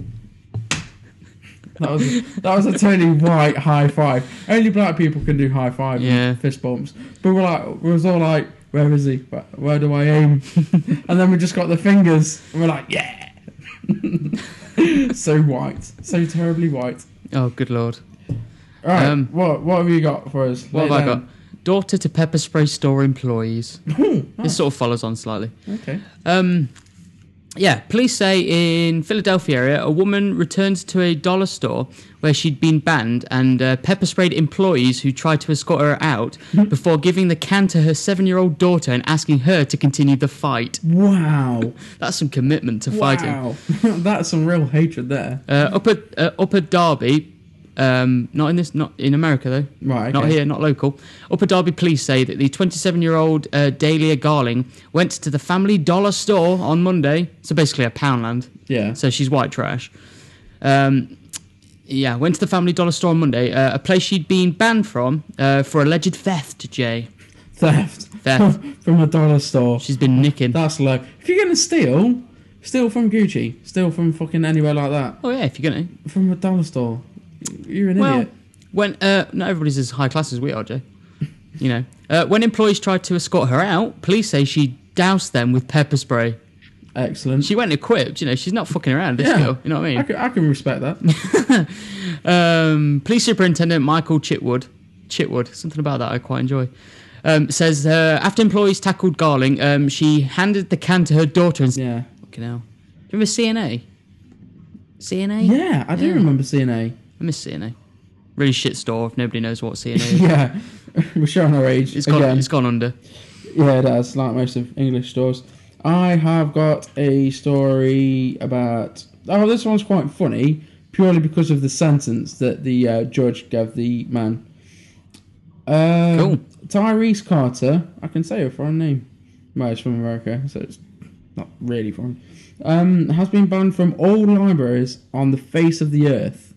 [SPEAKER 2] That was that was a Tony White high five. Only black people can do high five
[SPEAKER 1] Yeah.
[SPEAKER 2] and fist bumps. But we're like, we was all like, where is he? Where, where do I aim? and then we just got the fingers, and we're like, yeah. so white, so terribly white.
[SPEAKER 1] Oh, good lord.
[SPEAKER 2] All right,
[SPEAKER 1] Um,
[SPEAKER 2] what what have you got for us?
[SPEAKER 1] What have I got? Daughter to pepper spray store employees.
[SPEAKER 2] Oh.
[SPEAKER 1] This sort of follows on slightly.
[SPEAKER 2] got? Hmm. Oh, Okay.
[SPEAKER 1] Um, yeah, police say in Philadelphia area, a woman returns to a dollar store where she'd been banned and uh, pepper sprayed employees who tried to escort her out before giving the can to her seven-year-old daughter and asking her to continue the fight.
[SPEAKER 2] Wow.
[SPEAKER 1] That's some commitment to fighting.
[SPEAKER 2] Wow. That's some real hatred there.
[SPEAKER 1] Uh, up at uh, up at Derby, um, not in this, not in America though.
[SPEAKER 2] Right, okay.
[SPEAKER 1] Not here, not local. Upper Derby police say that the 27-year-old uh, Dahlia Garling went to the family dollar store on Monday. So basically a Poundland.
[SPEAKER 2] Yeah.
[SPEAKER 1] So she's white trash. Um, yeah, went to the family dollar store on Monday, uh, a place she'd been banned from uh, for alleged theft. Jay,
[SPEAKER 2] Theft.
[SPEAKER 1] Theft.
[SPEAKER 2] from a dollar store.
[SPEAKER 1] she's been nicking.
[SPEAKER 2] That's low. If you're gonna steal, steal from Gucci, steal from fucking anywhere like that,
[SPEAKER 1] Oh yeah, if you're gonna.
[SPEAKER 2] from a dollar store. You're an
[SPEAKER 1] Well,
[SPEAKER 2] idiot.
[SPEAKER 1] when uh, not everybody's as high class as we are, Jay. You know, uh, when employees tried to escort her out, police say she doused them with pepper spray.
[SPEAKER 2] Excellent.
[SPEAKER 1] She went equipped. You know, she's not fucking around. This girl. You know what I mean?
[SPEAKER 2] I can, I can respect that.
[SPEAKER 1] Um, Police Superintendent Michael Chitwood, Chitwood, something about that I quite enjoy, um, says uh, after employees tackled Garling, um, she handed the can to her daughter and
[SPEAKER 2] yeah.
[SPEAKER 1] fucking hell. Do you remember CNA? CNA?
[SPEAKER 2] Yeah, I do
[SPEAKER 1] Yeah.
[SPEAKER 2] remember CNA.
[SPEAKER 1] I miss CNA. Really shit store if nobody knows what CNA is.
[SPEAKER 2] Yeah. We're showing our age.
[SPEAKER 1] It's gone,
[SPEAKER 2] again.
[SPEAKER 1] it's gone under.
[SPEAKER 2] Yeah, it does, like most of English stores. I have got a story about. Oh, this one's quite funny, purely because of the sentence that the uh, judge gave the man. Um,
[SPEAKER 1] Cool.
[SPEAKER 2] Tyrese Carter. I can say a foreign name. Well, it's from America, so it's not really foreign. Um, has been banned from all libraries on the face of the earth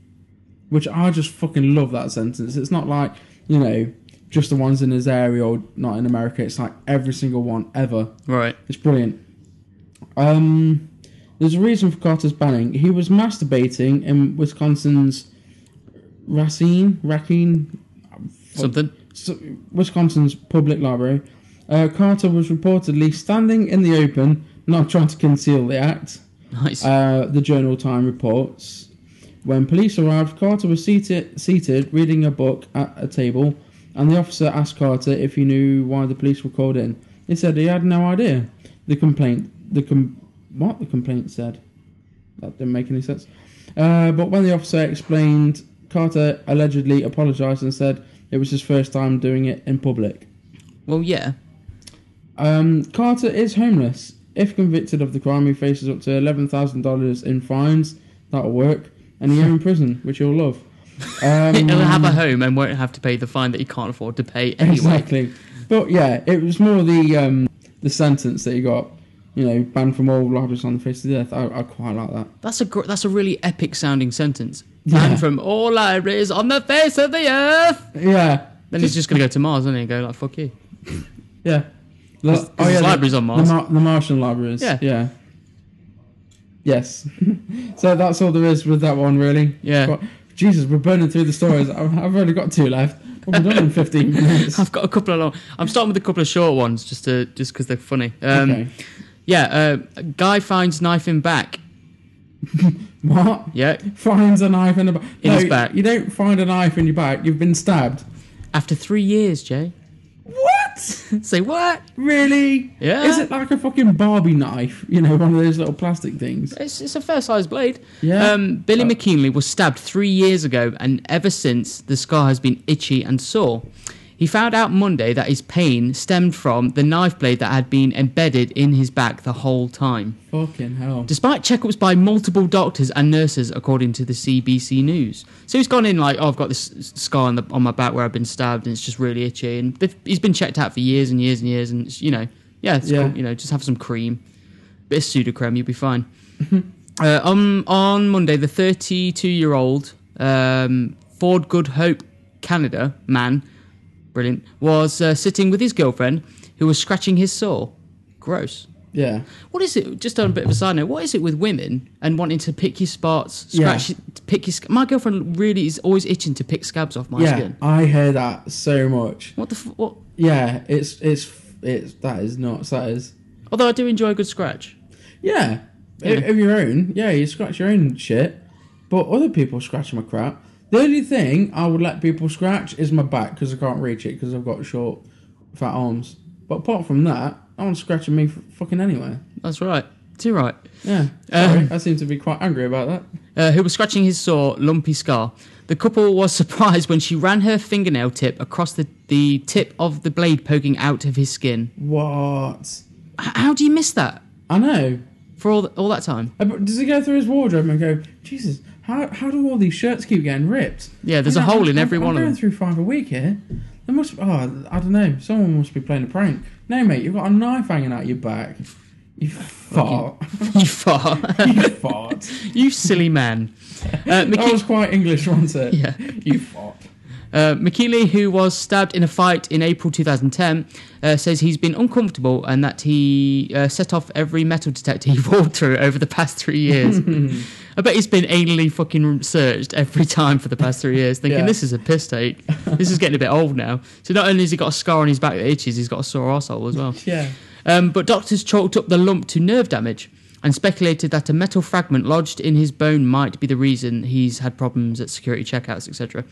[SPEAKER 2] which I just fucking love that sentence. It's not like you know just the ones in his area or not in America. It's like every single one ever.
[SPEAKER 1] Right.
[SPEAKER 2] It's brilliant. Um, there's a reason for Carter's banning. He was masturbating in Wisconsin's Racine, Racine,
[SPEAKER 1] Something.
[SPEAKER 2] so- Wisconsin's public library. Uh, Carter was reportedly standing in the open, not trying to conceal the act.
[SPEAKER 1] Nice.
[SPEAKER 2] Uh, the Journal Time reports. When police arrived, Carter was seated, seated reading a book at a table, and the officer asked Carter if he knew why the police were called in. He said he had no idea. The complaint, the com- what the complaint said, that didn't make any sense. Uh, but when the officer explained, Carter allegedly apologized and said it was his first time doing it in public.
[SPEAKER 1] well, yeah.
[SPEAKER 2] Um, Carter is homeless. If convicted of the crime, he faces up to eleven thousand dollars in fines. That'll work, and a year in prison, which you'll love. Um,
[SPEAKER 1] It'll have a home and won't have to pay the fine that he can't afford to pay anyway.
[SPEAKER 2] exactly. But yeah, it was more the um, the sentence that he got. You know, banned from all libraries on the face of the earth. I, I quite like that.
[SPEAKER 1] That's a gr- that's a really epic sounding sentence.
[SPEAKER 2] Yeah.
[SPEAKER 1] And from all libraries on the face of the earth.
[SPEAKER 2] Yeah,
[SPEAKER 1] Then he's just gonna go to Mars, isn't he? And go like, "Fuck you."
[SPEAKER 2] yeah. The,
[SPEAKER 1] There's- there's libraries
[SPEAKER 2] the,
[SPEAKER 1] on Mars.
[SPEAKER 2] The, Mar- the Martian libraries.
[SPEAKER 1] Yeah.
[SPEAKER 2] Yeah. Yes. so that's all there is with that one, really.
[SPEAKER 1] Yeah.
[SPEAKER 2] But- Jesus, we're burning through the stories. I've, I've only got two left. We'll be done in 15 minutes.
[SPEAKER 1] I've got a couple of long. I'm starting with a couple of short ones just to just because they're funny. Um,
[SPEAKER 2] okay.
[SPEAKER 1] Yeah, uh, a guy finds knife in back.
[SPEAKER 2] What?
[SPEAKER 1] Yeah,
[SPEAKER 2] Finds a knife in the back.
[SPEAKER 1] In his back.
[SPEAKER 2] You don't find a knife in your back. You've been stabbed.
[SPEAKER 1] after three years, Jay.
[SPEAKER 2] What?
[SPEAKER 1] Say what?
[SPEAKER 2] Really?
[SPEAKER 1] Yeah.
[SPEAKER 2] Is it like a fucking Barbie knife? You know, one of those little plastic things.
[SPEAKER 1] It's, it's a fair sized blade.
[SPEAKER 2] Yeah.
[SPEAKER 1] Um, Billy McKinley was stabbed three years ago, and ever since, the scar has been itchy and sore. He found out Monday that his pain stemmed from the knife blade that had been embedded in his back the whole time,
[SPEAKER 2] Fucking hell.
[SPEAKER 1] despite checkups by multiple doctors and nurses, according to the CBC News. So he's gone in like, oh, I've got this s- scar on, the, on my back where I've been stabbed, and it's just really itchy. And they've- he's been checked out for years and years and years, and it's, you know, yeah, it's
[SPEAKER 2] Yeah.
[SPEAKER 1] cool. You know, just have some cream, bit of pseudocreme, you'll be fine. Uh, on on Monday, the 32 year old um, Ford Good Hope Canada man, brilliant, was uh, sitting with his girlfriend who was scratching his sore. Gross.
[SPEAKER 2] Yeah.
[SPEAKER 1] What is it? Just on a bit of a side note, what is it with women and wanting to pick your spots,
[SPEAKER 2] Yeah.
[SPEAKER 1] scratch, to pick your? sc- My girlfriend really is always itching to pick scabs off my
[SPEAKER 2] yeah.
[SPEAKER 1] skin.
[SPEAKER 2] I hear that so much.
[SPEAKER 1] What the? F- what?
[SPEAKER 2] Yeah. It's it's it's that is nuts. That is.
[SPEAKER 1] Although I do enjoy a good scratch.
[SPEAKER 2] Yeah. Of- Of your own. Yeah, you scratch your own shit. But other people scratch my crap. The only thing I would let people scratch is my back because I can't reach it because I've got short, fat arms. But apart from that, no one's scratching me f- fucking anywhere.
[SPEAKER 1] That's right. Too right.
[SPEAKER 2] Yeah. Sorry, I seem to be quite angry about that.
[SPEAKER 1] uh, who was scratching his sore, lumpy scar. The couple was surprised when she ran her fingernail tip across the, the tip of the blade poking out of his skin.
[SPEAKER 2] What?
[SPEAKER 1] H- how do you miss that
[SPEAKER 2] I know.
[SPEAKER 1] for all, th- all that time?
[SPEAKER 2] Uh, but Does he go through his wardrobe and go, Jesus, how, how do all these shirts keep getting ripped?
[SPEAKER 1] Yeah, there's
[SPEAKER 2] I
[SPEAKER 1] a
[SPEAKER 2] mean,
[SPEAKER 1] hole in
[SPEAKER 2] I'm-
[SPEAKER 1] every
[SPEAKER 2] I'm
[SPEAKER 1] one of
[SPEAKER 2] going
[SPEAKER 1] them.
[SPEAKER 2] through five a week here. There must, oh, I don't know. Someone must be playing a prank. No, mate, you've got a knife hanging out your back. You fart.
[SPEAKER 1] you fart.
[SPEAKER 2] you fart.
[SPEAKER 1] you silly man. Uh,
[SPEAKER 2] That
[SPEAKER 1] Miki-
[SPEAKER 2] was quite English, wasn't it?
[SPEAKER 1] Yeah.
[SPEAKER 2] You fart.
[SPEAKER 1] uh, Mikili, who was stabbed in a fight in April 2010, uh, says he's been uncomfortable and that he uh, set off every metal detector he walked through over the past three years. I bet he's been anally fucking searched every time for the past three years, thinking
[SPEAKER 2] Yeah.
[SPEAKER 1] this is a piss take. This is getting a bit old now. So not only has he got a scar on his back that itches, he's got a sore arsehole as well.
[SPEAKER 2] Yeah.
[SPEAKER 1] Um, but doctors chalked up the lump to nerve damage and speculated that a metal fragment lodged in his bone might be the reason he's had problems at security checkouts, etc.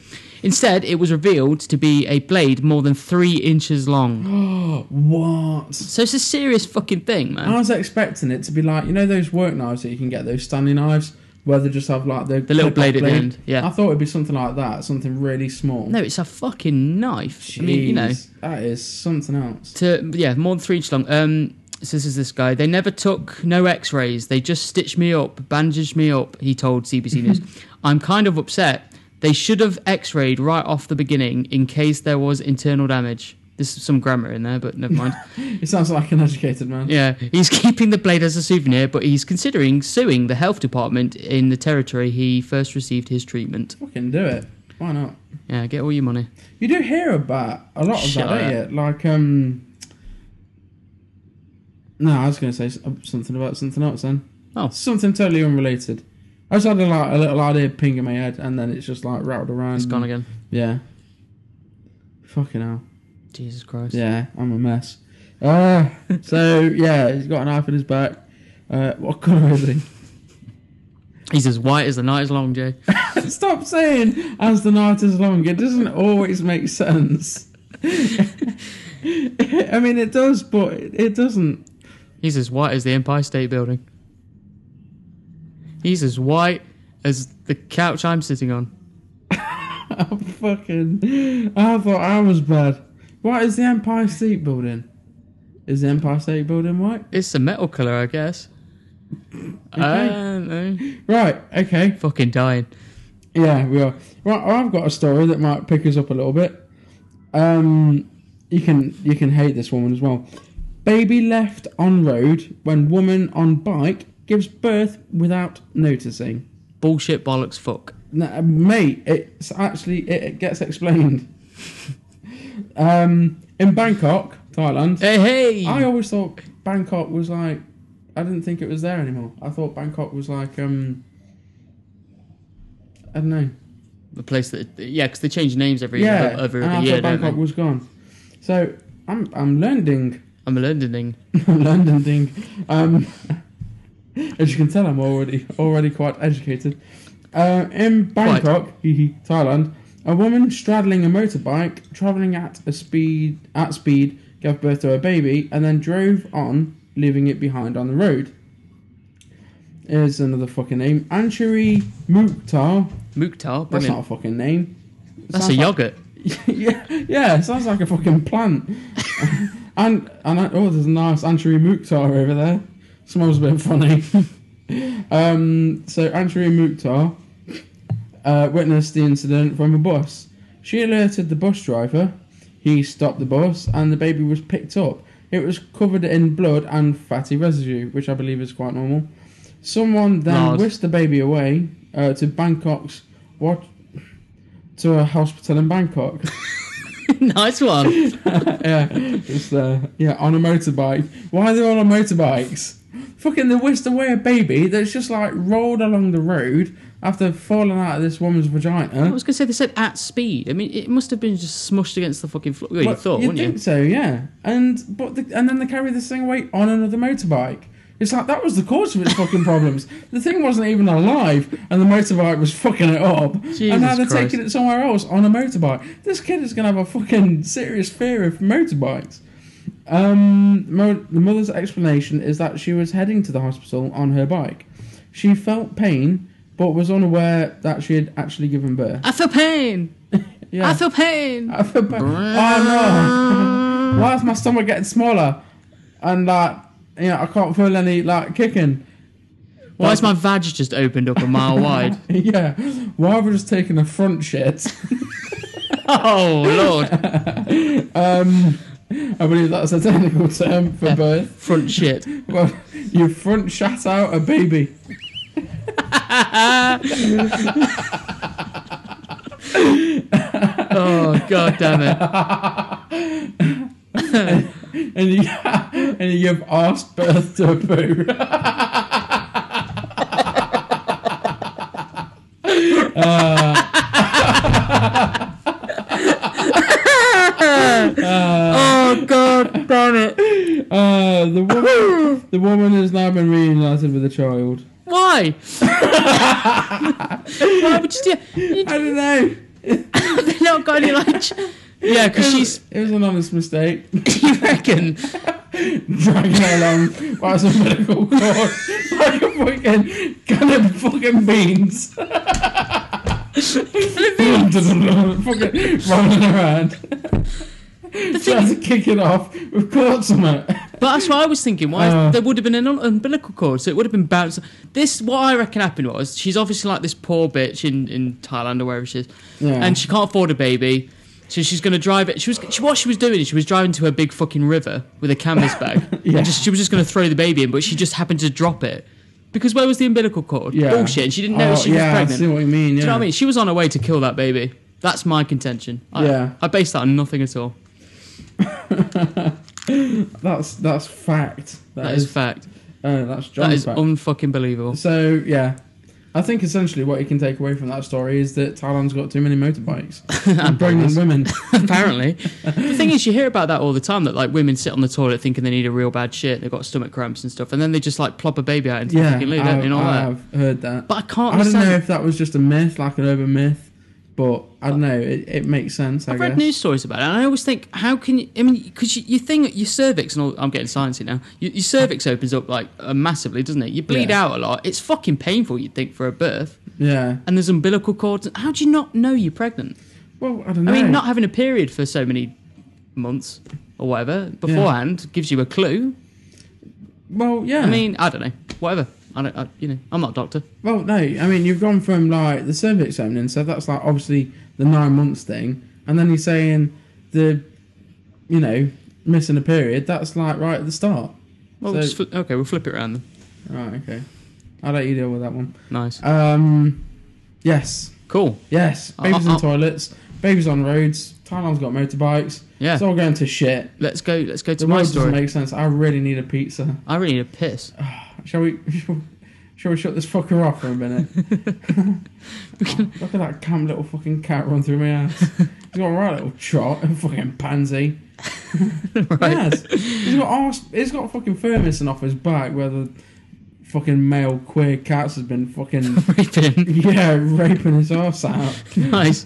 [SPEAKER 1] Instead, it was revealed to be a blade more than three inches long.
[SPEAKER 2] What?
[SPEAKER 1] So it's a serious fucking thing, man.
[SPEAKER 2] I was expecting it to be like, you know, those work knives that you can get, those Stanley knives, where they just have like the,
[SPEAKER 1] The little blade at the end, yeah.
[SPEAKER 2] I thought it'd be something like that, something really small.
[SPEAKER 1] No, it's a fucking knife. I mean, you know,
[SPEAKER 2] Jeez, that is something else.
[SPEAKER 1] to yeah, more than three inches long. Um, so this is this guy. They never took no X-rays. They just stitched me up, bandaged me up. He told CBC News, "I'm kind of upset. They should have X-rayed right off the beginning in case there was internal damage." There's some grammar in there, but never mind.
[SPEAKER 2] It sounds like an educated man.
[SPEAKER 1] yeah, he's keeping the blade as a souvenir, but he's considering suing the health department in the territory he first received his treatment.
[SPEAKER 2] Fucking do it. Why not?
[SPEAKER 1] Yeah, get all your money.
[SPEAKER 2] You do hear about a lot of
[SPEAKER 1] Shit
[SPEAKER 2] that,
[SPEAKER 1] like
[SPEAKER 2] don't you? Like, um. No, I was going to say s- uh, something about something else then.
[SPEAKER 1] Oh.
[SPEAKER 2] Something totally unrelated. I just had a, like, a little idea ping in my head and then it's just like rattled around.
[SPEAKER 1] It's gone again.
[SPEAKER 2] Yeah. Fucking hell.
[SPEAKER 1] Jesus Christ.
[SPEAKER 2] Yeah, I'm a mess. Uh, so, yeah, he's got a knife in his back. Uh, what colour is he?
[SPEAKER 1] He's as white as the night is long, Jay.
[SPEAKER 2] Stop saying as the night is long. It doesn't always make sense. I mean, it does, but it it doesn't.
[SPEAKER 1] He's as white as the Empire State Building. He's as white as the couch I'm sitting on.
[SPEAKER 2] I fucking. I thought I was bad. What is the Empire State Building? Is the Empire State Building white?
[SPEAKER 1] It's a metal colour, I guess. I don't know.
[SPEAKER 2] Right. Okay.
[SPEAKER 1] Fucking dying.
[SPEAKER 2] Yeah, we are. Right. I've got a story that might pick us up a little bit. Um, you can you can hate this woman as well. Baby left on road when woman on bike gives birth without noticing.
[SPEAKER 1] Bullshit, bollocks, fuck.
[SPEAKER 2] No, mate, it's actually it, it gets explained. um, in Bangkok, Thailand.
[SPEAKER 1] Hey, Uh, hey!
[SPEAKER 2] I always thought Bangkok was like. I didn't think it was there anymore. I thought Bangkok was like um. I don't know.
[SPEAKER 1] the place that. Yeah, because they change names every,
[SPEAKER 2] Yeah,
[SPEAKER 1] every,
[SPEAKER 2] and I
[SPEAKER 1] other
[SPEAKER 2] thought
[SPEAKER 1] year, don't
[SPEAKER 2] Bangkok
[SPEAKER 1] they?
[SPEAKER 2] was gone. So I'm I'm learning,
[SPEAKER 1] I'm a Londoning.
[SPEAKER 2] I'm learning. Um, as you can tell, I'm already already quite educated. Uh, in
[SPEAKER 1] Quite.
[SPEAKER 2] Bangkok, Thailand, a woman straddling a motorbike, traveling at a speed at speed, gave birth to a baby, and then drove on, leaving it behind on the road. Is another fucking name, Anshuri Mukhtar.
[SPEAKER 1] Mukhtar,
[SPEAKER 2] That's not a
[SPEAKER 1] brilliant.
[SPEAKER 2] fucking name.
[SPEAKER 1] That's, a
[SPEAKER 2] Sounds like-
[SPEAKER 1] yogurt.
[SPEAKER 2] yeah, yeah, it sounds like a fucking plant. and and I, oh, there's a nice Anshari Mukhtar over there. Smells a bit funny. um, so Anshari Mukhtar uh, witnessed the incident from a bus. She alerted the bus driver. He stopped the bus, and the baby was picked up. It was covered in blood and fatty residue, which I believe is quite normal. Someone then
[SPEAKER 1] Nod.
[SPEAKER 2] whisked the baby away uh, to Bangkok's what to a hospital in Bangkok.
[SPEAKER 1] nice one.
[SPEAKER 2] yeah, just uh, yeah, on a motorbike. Why are they all on motorbikes? Fucking they whisked away a baby that's just like rolled along the road after falling out of this woman's
[SPEAKER 1] I
[SPEAKER 2] vagina.
[SPEAKER 1] was going to say they said at speed. I mean, it must have been just smushed against the fucking floor. Well, you
[SPEAKER 2] But
[SPEAKER 1] thought,
[SPEAKER 2] you'd
[SPEAKER 1] wouldn't
[SPEAKER 2] think
[SPEAKER 1] you?
[SPEAKER 2] so, yeah. And but the, and then they carry this thing away on another motorbike. It's like that was the cause of its fucking problems. The thing wasn't even alive, and the motorbike was fucking it up.
[SPEAKER 1] Jesus
[SPEAKER 2] and now they're
[SPEAKER 1] Christ.
[SPEAKER 2] taking it somewhere else on a motorbike. This kid is gonna have a fucking serious fear of motorbikes. Um, mo- the mother's explanation is that she was heading to the hospital on her bike. She felt pain, but was unaware that she had actually given birth.
[SPEAKER 1] I feel pain.
[SPEAKER 2] Yeah.
[SPEAKER 1] I feel pain.
[SPEAKER 2] I feel pain. Oh no! Why is my stomach getting smaller? And like, you know, I can't feel any like kicking.
[SPEAKER 1] Why is my vag just opened up a mile Ah, wide?
[SPEAKER 2] Yeah. Why have we just taken a front shit?
[SPEAKER 1] Oh lord,
[SPEAKER 2] Um, I believe that's a technical term for birth.
[SPEAKER 1] front shit.
[SPEAKER 2] Well, you front shat out a baby.
[SPEAKER 1] Oh god damn it.
[SPEAKER 2] and you and you give arse birth to a
[SPEAKER 1] Oh,
[SPEAKER 2] poo.
[SPEAKER 1] Oh god damn it.
[SPEAKER 2] Uh, the woman, the woman has now been reunited with the child.
[SPEAKER 1] Why? Why would you do? You
[SPEAKER 2] I don't know.
[SPEAKER 1] have not got any lunch. Yeah, because she's.
[SPEAKER 2] It was an honest mistake.
[SPEAKER 1] You reckon?
[SPEAKER 2] Dragging her along by some medical cord like a fucking can of fucking beans. fucking rolling around. Trying to kick it off. We've caught some of it.
[SPEAKER 1] But that's what I was thinking. Why
[SPEAKER 2] Uh.
[SPEAKER 1] there would have been an un- umbilical cord, so it would have been bounced. This what I reckon happened was she's obviously like this poor bitch in, in Thailand or wherever she is,
[SPEAKER 2] Yeah.
[SPEAKER 1] and she can't afford a baby, so she's going to drive it. She was she, what she was doing. is She was driving to a big fucking river with a canvas bag,
[SPEAKER 2] Yeah.
[SPEAKER 1] and just, she was just going to throw the baby in, but she just happened to drop it because where was the umbilical cord?
[SPEAKER 2] Yeah.
[SPEAKER 1] Bullshit. And she didn't know
[SPEAKER 2] Oh,
[SPEAKER 1] she
[SPEAKER 2] yeah,
[SPEAKER 1] was pregnant.
[SPEAKER 2] I see what you mean. Yeah.
[SPEAKER 1] Do you know what I mean? She was on her way to kill that baby. That's my contention. I,
[SPEAKER 2] Yeah.
[SPEAKER 1] I base that on nothing at all.
[SPEAKER 2] That's that's fact.
[SPEAKER 1] that is, fact.
[SPEAKER 2] Uh, that's John's
[SPEAKER 1] That is
[SPEAKER 2] fact.
[SPEAKER 1] unfucking believable.
[SPEAKER 2] So yeah, I think essentially what you can take away from that story is that Thailand's got too many motorbikes and pregnant women.
[SPEAKER 1] apparently. the thing is, you hear about that all the time that like women sit on the toilet thinking they need a real bad shit, they've got stomach cramps and stuff, and then they just like plop a baby out into the
[SPEAKER 2] Yeah,
[SPEAKER 1] fucking loo, don't they, and all
[SPEAKER 2] I
[SPEAKER 1] that.
[SPEAKER 2] have heard that.
[SPEAKER 1] But I can't
[SPEAKER 2] I don't know
[SPEAKER 1] understand.
[SPEAKER 2] if that was just a myth, like an urban myth, but I don't know. It, it makes sense. I
[SPEAKER 1] I've
[SPEAKER 2] guess.
[SPEAKER 1] read news stories about it, and I always think, how can you? I mean, because you, you think your cervix and all. I'm getting sciencey now. Your, your cervix opens up like uh, massively, doesn't it? You bleed
[SPEAKER 2] Yeah.
[SPEAKER 1] out a lot. It's fucking painful. You'd think for a birth,
[SPEAKER 2] Yeah.
[SPEAKER 1] and there's umbilical cords. How do you not know you're pregnant?
[SPEAKER 2] Well, I don't know.
[SPEAKER 1] I mean, not having a period for so many months or whatever beforehand gives you a clue.
[SPEAKER 2] Well, yeah.
[SPEAKER 1] I mean, I don't know. Whatever. I don't. I, you know, I'm not a doctor.
[SPEAKER 2] Well, no, I mean you've gone from like the cervix opening, so that's like obviously the nine months thing, and then you're saying the, you know, missing a period. That's like right at the start. So-
[SPEAKER 1] Well, we'll just fli okay, we'll flip it around then.
[SPEAKER 2] Right. Okay. I'll let you deal with that one.
[SPEAKER 1] Nice.
[SPEAKER 2] Um, yes,
[SPEAKER 1] Cool.
[SPEAKER 2] yes.
[SPEAKER 1] I-
[SPEAKER 2] Babies
[SPEAKER 1] I-
[SPEAKER 2] in
[SPEAKER 1] I-
[SPEAKER 2] toilets. Babies on roads. Thailand's got motorbikes.
[SPEAKER 1] Yeah.
[SPEAKER 2] It's all going to shit.
[SPEAKER 1] Let's go. Let's go to
[SPEAKER 2] The
[SPEAKER 1] my
[SPEAKER 2] world doesn't
[SPEAKER 1] story.
[SPEAKER 2] make sense. I really need a pizza.
[SPEAKER 1] I really need a piss.
[SPEAKER 2] Shall we? Shall we shut this fucker off for a minute? Look at that cam little fucking cat run through my ass. He's got a right little trot, a fucking pansy. Yes. He's got arse, he's got fucking fur missing off his back where the fucking male queer cats has been fucking
[SPEAKER 1] Raping.
[SPEAKER 2] yeah, raping his arse out.
[SPEAKER 1] nice.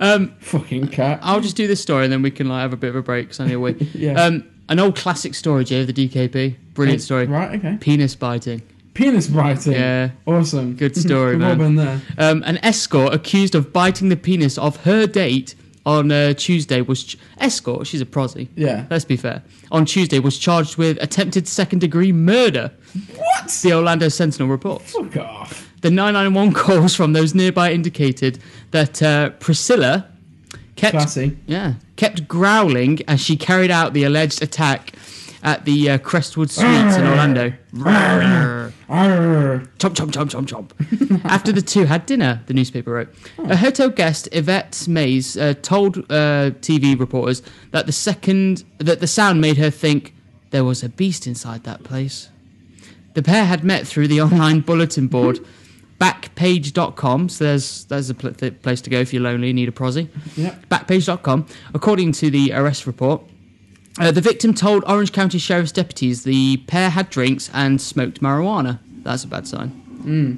[SPEAKER 1] Um,
[SPEAKER 2] fucking cat.
[SPEAKER 1] I'll just do this story and then we can like have a bit of a break because I need a wee.
[SPEAKER 2] Yeah.
[SPEAKER 1] Um, an old classic story, Jay, of the DKP. Brilliant story.
[SPEAKER 2] Right, okay.
[SPEAKER 1] Penis biting.
[SPEAKER 2] Penis biting.
[SPEAKER 1] Yeah.
[SPEAKER 2] Awesome.
[SPEAKER 1] Good story,
[SPEAKER 2] We've all been
[SPEAKER 1] man.
[SPEAKER 2] there.
[SPEAKER 1] Um, an escort accused of biting the penis of her date on uh, Tuesday was ch- escort. She's a prosy.
[SPEAKER 2] Yeah.
[SPEAKER 1] Let's be fair. On Tuesday, was charged with attempted second-degree murder.
[SPEAKER 2] What?
[SPEAKER 1] The Orlando Sentinel reports.
[SPEAKER 2] Fuck off.
[SPEAKER 1] The 991 calls from those nearby indicated that uh, Priscilla kept
[SPEAKER 2] Classy.
[SPEAKER 1] yeah kept growling as she carried out the alleged attack at the uh, Crestwood Suites in Orlando.
[SPEAKER 2] Arr.
[SPEAKER 1] Chomp, chomp, chomp, chomp, chomp. Hmm. After the two had dinner, the newspaper wrote. A hotel guest, Yvette Mays, uh, told uh, TV reporters that the second that the sound made her think there was a beast inside that place. The pair had met through the online bulletin board, backpage.com. So there's there's a pl- th- place to go if you're lonely, need a prosy.
[SPEAKER 2] Yep.
[SPEAKER 1] Backpage.com. According to the arrest report, uh, the victim told Orange County Sheriff's deputies the pair had drinks and smoked marijuana. That's a bad sign.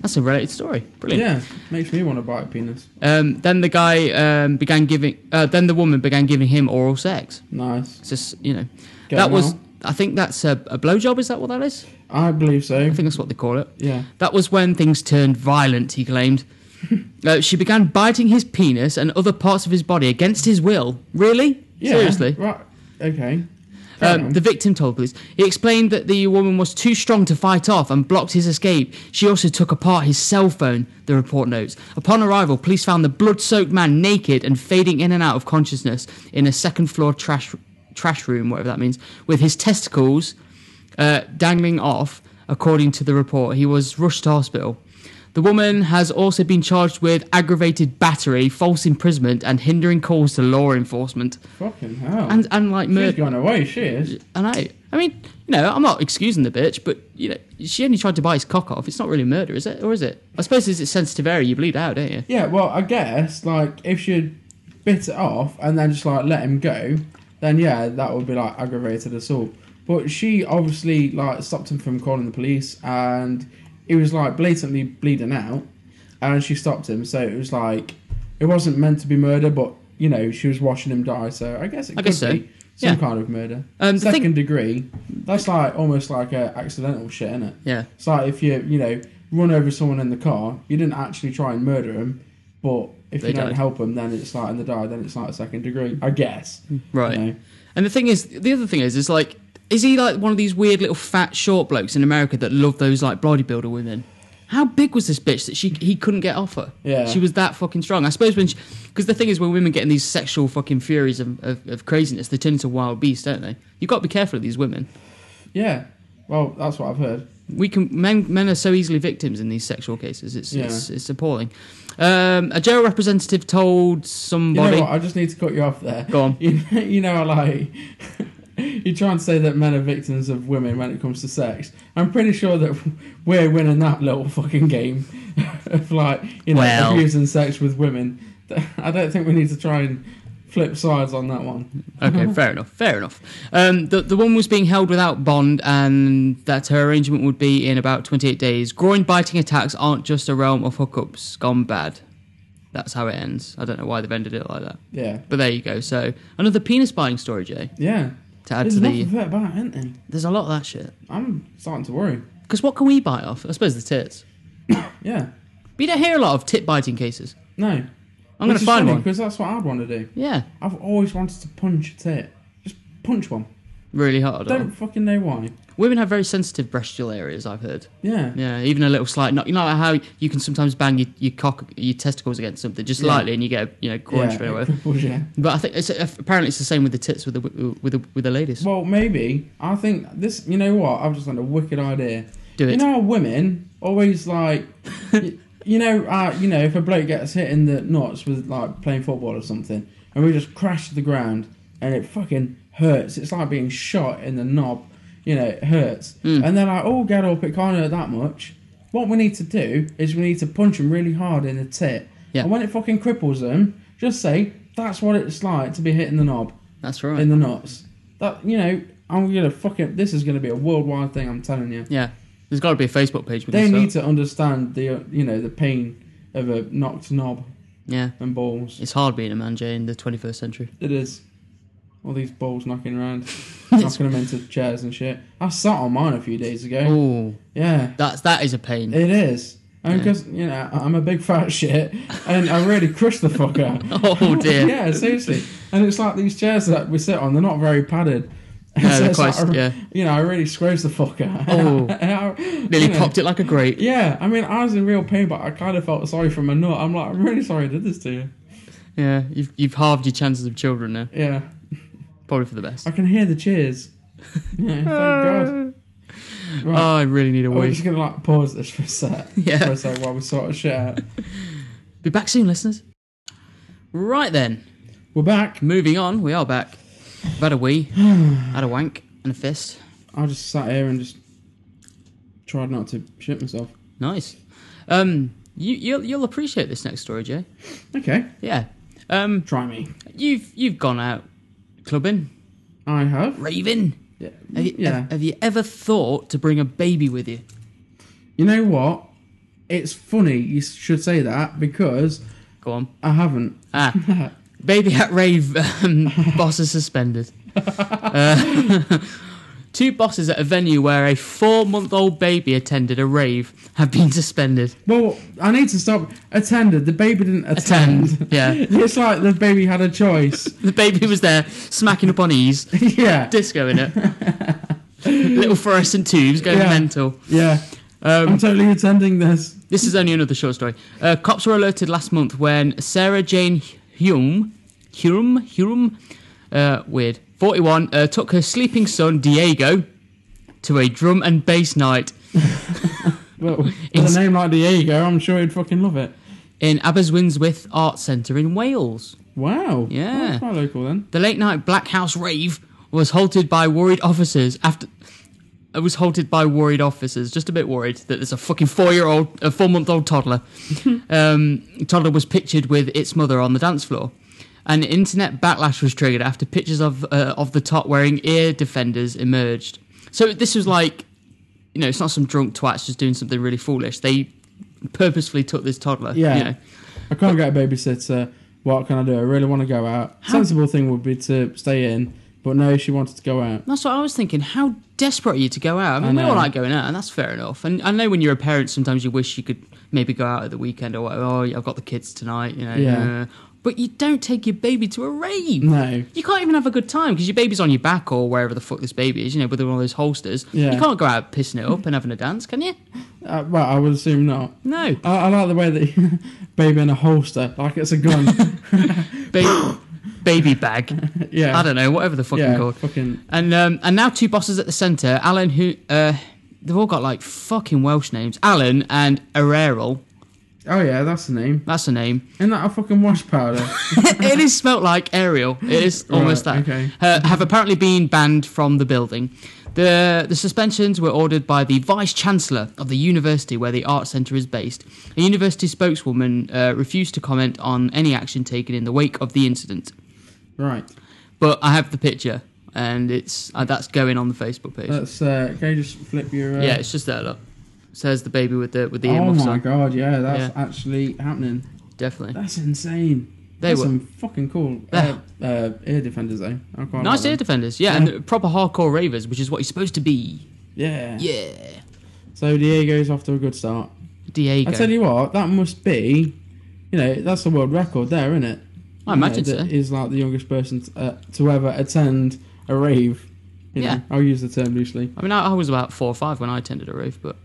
[SPEAKER 1] That's a related story. Brilliant.
[SPEAKER 2] Yeah, makes me want to bite a penis.
[SPEAKER 1] Um, then the guy um, began giving. Uh, then the woman began giving him oral sex.
[SPEAKER 2] Nice.
[SPEAKER 1] It's just you know,
[SPEAKER 2] Go
[SPEAKER 1] that was.
[SPEAKER 2] now.
[SPEAKER 1] I think that's a, a blowjob. Is that what that is?
[SPEAKER 2] I believe so.
[SPEAKER 1] I think that's what they call it.
[SPEAKER 2] Yeah.
[SPEAKER 1] That was when things turned violent, he claimed. Uh, she began biting his penis and other parts of his body against his will. Really?
[SPEAKER 2] Yeah.
[SPEAKER 1] Seriously?
[SPEAKER 2] Right. Okay. Fair
[SPEAKER 1] Um,
[SPEAKER 2] enough.
[SPEAKER 1] the victim told police. He explained that the woman was too strong to fight off and blocked his escape. She also took apart his cell phone, the report notes. Upon arrival, police found the blood soaked man naked and fading in and out of consciousness in a second floor trash, trash room, whatever that means, with his testicles uh, dangling off, according to the report. He was rushed to hospital. The woman has also been charged with aggravated battery, false imprisonment, and hindering calls to law enforcement,
[SPEAKER 2] Fucking hell.
[SPEAKER 1] and, and like murder.
[SPEAKER 2] She's gone away. She is.
[SPEAKER 1] And I, I mean, you know, I'm not excusing the bitch, but you know, she only tried to buy his cock off. It's not really murder, is it? Or is it? I suppose it's a sensitive area. You bleed out, don't you?
[SPEAKER 2] Yeah. Well, I guess like if she'd bit it off and then just like let him go, then yeah, that would be like aggravated assault. But she obviously like stopped him from calling the police, and he was like blatantly bleeding out, and she stopped him. So it was like it wasn't meant to be murder, but you know she was watching him die. So I guess it
[SPEAKER 1] I
[SPEAKER 2] could
[SPEAKER 1] guess so.
[SPEAKER 2] be some
[SPEAKER 1] Yeah.
[SPEAKER 2] kind of murder.
[SPEAKER 1] Um, the
[SPEAKER 2] Second
[SPEAKER 1] thing-
[SPEAKER 2] degree. That's like almost like a accidental shit, isn't it?
[SPEAKER 1] Yeah.
[SPEAKER 2] It's like if you, you know, run over someone in the car, you didn't actually try and murder him, but if
[SPEAKER 1] They
[SPEAKER 2] you don't
[SPEAKER 1] died.
[SPEAKER 2] help them, then it's like, and they die, then it's like second degree, I guess.
[SPEAKER 1] Hmm. Right.
[SPEAKER 2] You know?
[SPEAKER 1] And the thing is, the other thing is, is like, is he like one of these weird little fat short blokes in America that love those like bodybuilder women? How big was this bitch that she he couldn't get off her?
[SPEAKER 2] Yeah.
[SPEAKER 1] she was that fucking strong. I suppose when she, because the thing is, when women get in these sexual fucking furies of, of, of craziness, they turn into wild beasts, don't they? You've got to be careful of these women.
[SPEAKER 2] Yeah. Well, that's what I've heard.
[SPEAKER 1] we can men men are so easily victims in these sexual cases. It's
[SPEAKER 2] Yeah.
[SPEAKER 1] it's, it's appalling. Um, a jail representative told
[SPEAKER 2] You
[SPEAKER 1] somebody.
[SPEAKER 2] know what? I just need to cut you off there.
[SPEAKER 1] Go on.
[SPEAKER 2] You, you know, like, you're trying to say that men are victims of women when it comes to sex. I'm pretty sure that we're winning that little fucking game of, like, you know,
[SPEAKER 1] Well.
[SPEAKER 2] abusing sex with women. I don't think we need to try and flip sides on that one.
[SPEAKER 1] okay, fair enough. Fair enough. Um, the the woman was being held without bond, and that her arrangement would be in about twenty eight days. Groin biting attacks aren't just a realm of hookups gone bad. That's how it ends. I don't know why they've ended it like that,
[SPEAKER 2] Yeah.
[SPEAKER 1] but there you go. So another penis biting story, Jay.
[SPEAKER 2] Yeah.
[SPEAKER 1] To add
[SPEAKER 2] There's
[SPEAKER 1] to
[SPEAKER 2] enough of
[SPEAKER 1] the,
[SPEAKER 2] it about, isn't there?
[SPEAKER 1] there's a lot of that shit.
[SPEAKER 2] I'm starting to worry.
[SPEAKER 1] Because what can we bite off? I suppose the tits.
[SPEAKER 2] Yeah.
[SPEAKER 1] But you don't hear a lot of tit biting cases.
[SPEAKER 2] No.
[SPEAKER 1] I'm going to find one.
[SPEAKER 2] Because that's what I'd want to do.
[SPEAKER 1] Yeah,
[SPEAKER 2] I've always wanted to punch a tit. Just punch one.
[SPEAKER 1] really hard.
[SPEAKER 2] Don't fucking know why.
[SPEAKER 1] Women have very sensitive breastial areas. I've heard.
[SPEAKER 2] Yeah.
[SPEAKER 1] Yeah, even a little slight. Not, you know how you can sometimes bang your, your cock, your testicles against something just
[SPEAKER 2] Yeah.
[SPEAKER 1] lightly, and you get a, you know groin straight away.
[SPEAKER 2] cripples you.
[SPEAKER 1] But I think it's, uh, apparently it's the same with the tits with the with the, with the ladies.
[SPEAKER 2] Well, maybe. I think this, you know what? I've just had a wicked idea.
[SPEAKER 1] Do
[SPEAKER 2] You
[SPEAKER 1] it.
[SPEAKER 2] know how women always like, y- you know, uh, you know, if a bloke gets hit in the nuts with like playing football or something, and we just crash to the ground, and it fucking hurts. It's like being shot in the knob. You know, it hurts.
[SPEAKER 1] Hmm.
[SPEAKER 2] And they're like, "Oh, get up! It can't hurt that much." What we need to do is we need to punch them really hard in the tit.
[SPEAKER 1] Yeah.
[SPEAKER 2] And when it fucking cripples them, just say that's what it's like to be hit in the knob,
[SPEAKER 1] That's right.
[SPEAKER 2] in the nuts. That you know, I'm gonna fucking. This is gonna be a worldwide thing. I'm telling you.
[SPEAKER 1] yeah, there's got to be a Facebook page. With
[SPEAKER 2] They
[SPEAKER 1] this
[SPEAKER 2] need
[SPEAKER 1] stuff.
[SPEAKER 2] to understand the uh, you know the pain of a knocked knob
[SPEAKER 1] Yeah,
[SPEAKER 2] and balls.
[SPEAKER 1] it's hard being a man, Jay, in the 21st century.
[SPEAKER 2] It is all these balls knocking around, knocking them into chairs and shit. I sat on mine a few days ago.
[SPEAKER 1] Oh,
[SPEAKER 2] Yeah,
[SPEAKER 1] that's that is a pain.
[SPEAKER 2] it is. And
[SPEAKER 1] Yeah.
[SPEAKER 2] because you know I- I'm a big fat shit, and I really crushed the fucker.
[SPEAKER 1] Oh, dear.
[SPEAKER 2] yeah, seriously. And it's like these chairs that we sit on; they're not very padded.
[SPEAKER 1] No, they're
[SPEAKER 2] it's like
[SPEAKER 1] quite-
[SPEAKER 2] I-
[SPEAKER 1] yeah.
[SPEAKER 2] You know, I really squeezed the fucker.
[SPEAKER 1] Oh. Nearly
[SPEAKER 2] nearly
[SPEAKER 1] popped it like a grape.
[SPEAKER 2] Yeah, I mean, I was in real pain, but I kind of felt sorry for my nut. I'm like, I'm really sorry I did this to you.
[SPEAKER 1] Yeah, you've you've halved your chances of children now,
[SPEAKER 2] Yeah,
[SPEAKER 1] probably for the best.
[SPEAKER 2] I can hear the cheers. Yeah, Oh, thank God. Right.
[SPEAKER 1] Oh, I really need a
[SPEAKER 2] We're
[SPEAKER 1] wee.
[SPEAKER 2] just gonna like pause this for a sec.
[SPEAKER 1] Yeah.
[SPEAKER 2] For a sec while we sort of shit out.
[SPEAKER 1] Be back soon, listeners. Right then,
[SPEAKER 2] We're back.
[SPEAKER 1] moving on. We are back. I've had a wee, had a wank, and a fist.
[SPEAKER 2] I just sat here and just tried not to shit myself.
[SPEAKER 1] Nice. Um, you you'll, you'll appreciate this next story, Jay.
[SPEAKER 2] Okay.
[SPEAKER 1] Yeah. Um,
[SPEAKER 2] Try me.
[SPEAKER 1] you've you've gone out clubbing,
[SPEAKER 2] I have.
[SPEAKER 1] raving.
[SPEAKER 2] Yeah.
[SPEAKER 1] Have you,
[SPEAKER 2] yeah.
[SPEAKER 1] have, have you ever thought to bring a baby with you?
[SPEAKER 2] You know what? It's funny you should say that because
[SPEAKER 1] Go on.
[SPEAKER 2] I haven't.
[SPEAKER 1] Ah, baby at rave. Um, bosses suspended. Uh, two bosses at a venue where a four-month-old baby attended a rave have been suspended.
[SPEAKER 2] Well, I need to stop. Attended. The baby didn't attend.
[SPEAKER 1] Attend. Yeah,
[SPEAKER 2] it's like the baby had a choice.
[SPEAKER 1] the baby was there smacking up on ease,
[SPEAKER 2] yeah.
[SPEAKER 1] disco in it. Little fluorescent tubes going
[SPEAKER 2] Yeah.
[SPEAKER 1] mental.
[SPEAKER 2] Yeah. I'm
[SPEAKER 1] Um,
[SPEAKER 2] totally attending this.
[SPEAKER 1] this is only another short story. Uh, cops were alerted last month when Sarah Jane Hume, Hume, Hume, uh, weird, 41, uh, took her sleeping son Diego to a drum and bass night
[SPEAKER 2] Well, with
[SPEAKER 1] It's-
[SPEAKER 2] a name like Diego, I'm sure he'd fucking love it.
[SPEAKER 1] in Aberystwyth Arts Centre in Wales.
[SPEAKER 2] Wow.
[SPEAKER 1] Yeah.
[SPEAKER 2] That's quite local then.
[SPEAKER 1] The late night Black House rave was halted by worried officers after. It was halted by worried officers, just a bit worried that there's a fucking four-year-old, a four-month-old toddler. um, toddler was pictured with its mother on the dance floor. An internet backlash was triggered after pictures of uh, of the tot wearing ear defenders emerged. So this was like, you know, it's not some drunk twats just doing something really foolish. They purposefully took this toddler.
[SPEAKER 2] Yeah.
[SPEAKER 1] You know.
[SPEAKER 2] I can't get a babysitter. What can I do? I really want to go out. Sensible thing would be to stay in, but no, she wanted to go out.
[SPEAKER 1] That's what I was thinking. How desperate are you to go out? I mean,
[SPEAKER 2] I
[SPEAKER 1] we all
[SPEAKER 2] know.
[SPEAKER 1] like going out, and that's fair enough. And I know when you're a parent, sometimes you wish you could maybe go out at the weekend or whatever. Oh, I've got the kids tonight, you know.
[SPEAKER 2] Yeah.
[SPEAKER 1] uh, But you don't take your baby to a rave.
[SPEAKER 2] No.
[SPEAKER 1] You can't even have a good time because your baby's on your back or wherever the fuck this baby is, you know, with one of those holsters.
[SPEAKER 2] Yeah.
[SPEAKER 1] You can't go out pissing it up and having a dance, can you?
[SPEAKER 2] Uh, well, I would assume not.
[SPEAKER 1] No.
[SPEAKER 2] I, I like the way that baby in a holster, like it's a gun.
[SPEAKER 1] Ba- baby bag.
[SPEAKER 2] yeah.
[SPEAKER 1] I don't know, whatever the fucking
[SPEAKER 2] yeah,
[SPEAKER 1] called.
[SPEAKER 2] fucking.
[SPEAKER 1] And um, and now two bosses at the centre, Alan who uh, they've all got like fucking Welsh names. Alan and Ererol,
[SPEAKER 2] Oh yeah, that's the name.
[SPEAKER 1] that's the name.
[SPEAKER 2] Isn't that a fucking wash powder?
[SPEAKER 1] it is smelt like Ariel. It is almost
[SPEAKER 2] Right,
[SPEAKER 1] that.
[SPEAKER 2] okay.
[SPEAKER 1] Uh, have apparently been banned from the building. The the suspensions were ordered by the vice chancellor of the university where the art centre is based. A university spokeswoman uh, refused to comment on any action taken in the wake of the incident.
[SPEAKER 2] right.
[SPEAKER 1] But I have the picture, and it's uh, that's going on the Facebook page.
[SPEAKER 2] Let's. Uh, can you just flip your? Uh,
[SPEAKER 1] Yeah, it's just there. Look, says the baby with the with the
[SPEAKER 2] oh
[SPEAKER 1] earmuffs
[SPEAKER 2] my
[SPEAKER 1] on.
[SPEAKER 2] god! Yeah, that's
[SPEAKER 1] Yeah.
[SPEAKER 2] actually happening.
[SPEAKER 1] Definitely.
[SPEAKER 2] That's insane.
[SPEAKER 1] They
[SPEAKER 2] That's
[SPEAKER 1] were-
[SPEAKER 2] some fucking cool uh,
[SPEAKER 1] They're-
[SPEAKER 2] uh, ear defenders though. I quite
[SPEAKER 1] Nice
[SPEAKER 2] like
[SPEAKER 1] ear
[SPEAKER 2] them.
[SPEAKER 1] defenders, yeah,
[SPEAKER 2] Yeah.
[SPEAKER 1] and proper hardcore ravers, which is what he's supposed to be.
[SPEAKER 2] Yeah.
[SPEAKER 1] Yeah,
[SPEAKER 2] So Diego's off to a good start.
[SPEAKER 1] Diego.
[SPEAKER 2] I tell you what, that must be, you know, that's the world record there, isn't it?
[SPEAKER 1] I imagine
[SPEAKER 2] you know, that
[SPEAKER 1] so.
[SPEAKER 2] Is like the youngest person to, uh, to ever attend a rave. You
[SPEAKER 1] Yeah.
[SPEAKER 2] know, I'll use the term loosely.
[SPEAKER 1] I mean, I, I was about four or five when I attended a rave, but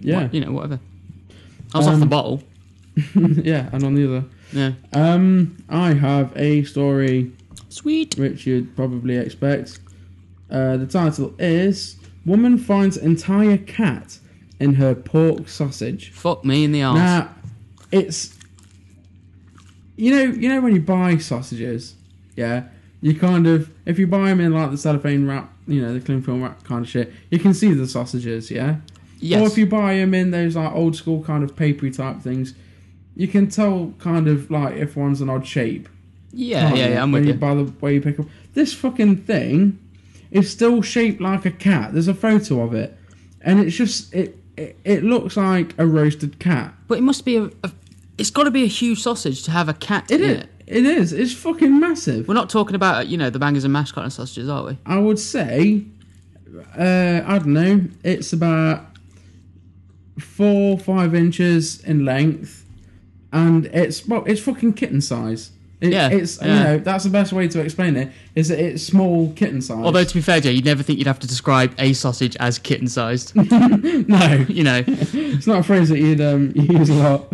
[SPEAKER 1] yeah,
[SPEAKER 2] Yeah,
[SPEAKER 1] you know, whatever. I was off the
[SPEAKER 2] Um,
[SPEAKER 1] bottle.
[SPEAKER 2] yeah, and on the other.
[SPEAKER 1] Yeah,
[SPEAKER 2] Um, I have a story
[SPEAKER 1] sweet.
[SPEAKER 2] which you'd probably expect. Uh, the title is "Woman Finds Entire Cat in Her Pork Sausage."
[SPEAKER 1] Fuck me in the arse.
[SPEAKER 2] Now, Uh, it's you know you know when you buy sausages, yeah, you kind of if you buy them in like the cellophane wrap, you know the cling film wrap kind of shit, you can see the sausages, yeah.
[SPEAKER 1] yes.
[SPEAKER 2] Or if you buy them in those like old school kind of papery type things, you can tell kind of like if one's an odd shape.
[SPEAKER 1] yeah,
[SPEAKER 2] can't
[SPEAKER 1] yeah,
[SPEAKER 2] you?
[SPEAKER 1] yeah. I'm
[SPEAKER 2] When
[SPEAKER 1] with you.
[SPEAKER 2] By the way you pick up this fucking thing is still shaped like a cat. There's a photo of it, and it's just it it, it looks like a roasted cat.
[SPEAKER 1] but it must be a. a it's got to be a huge sausage to have a cat
[SPEAKER 2] It
[SPEAKER 1] in
[SPEAKER 2] is.
[SPEAKER 1] it.
[SPEAKER 2] It is. It's fucking massive.
[SPEAKER 1] We're not talking about uh, you know the bangers and mash kind of sausages, are we?
[SPEAKER 2] I would say, uh, I don't know. It's about four, five inches in length, and it's well, it's fucking kitten size. It,
[SPEAKER 1] Yeah,
[SPEAKER 2] It's you
[SPEAKER 1] yeah.
[SPEAKER 2] know that's the best way to explain it is that it's small kitten size.
[SPEAKER 1] Although to be fair, Jay, you'd never think you'd have to describe a sausage as kitten-sized.
[SPEAKER 2] no,
[SPEAKER 1] you know.
[SPEAKER 2] it's not a phrase that you'd um, use a lot.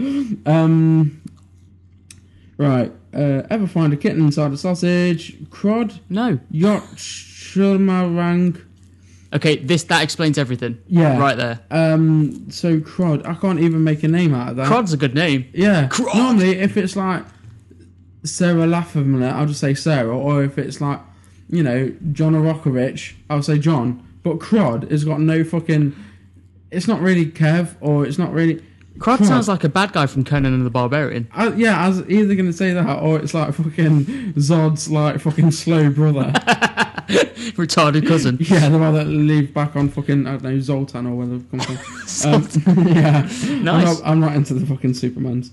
[SPEAKER 2] Um, right. Uh, ever find a kitten inside a sausage? Crod
[SPEAKER 1] No.
[SPEAKER 2] Yorkshireman
[SPEAKER 1] Okay, this that explains everything.
[SPEAKER 2] Yeah.
[SPEAKER 1] right there.
[SPEAKER 2] Um, so crud. I can't even make a name out of that.
[SPEAKER 1] Crod's a good name.
[SPEAKER 2] Yeah.
[SPEAKER 1] Crud.
[SPEAKER 2] Normally, if it's like Sarah Lafferman, I'll just say Sarah, or if it's like you know John Rockovich, I'll say John. But crud has got no fucking. It's not really Kev, or it's not really.
[SPEAKER 1] Crod sounds like a bad guy from Conan and the Barbarian.
[SPEAKER 2] I, yeah, I was either gonna say that, or it's like fucking Zod's like fucking slow brother.
[SPEAKER 1] Retarded cousin.
[SPEAKER 2] yeah, the one that lived back on fucking I don't know Zoltan or where they've come from. Um, yeah, I'm,
[SPEAKER 1] Nice.
[SPEAKER 2] not, I'm not into the fucking Supermans.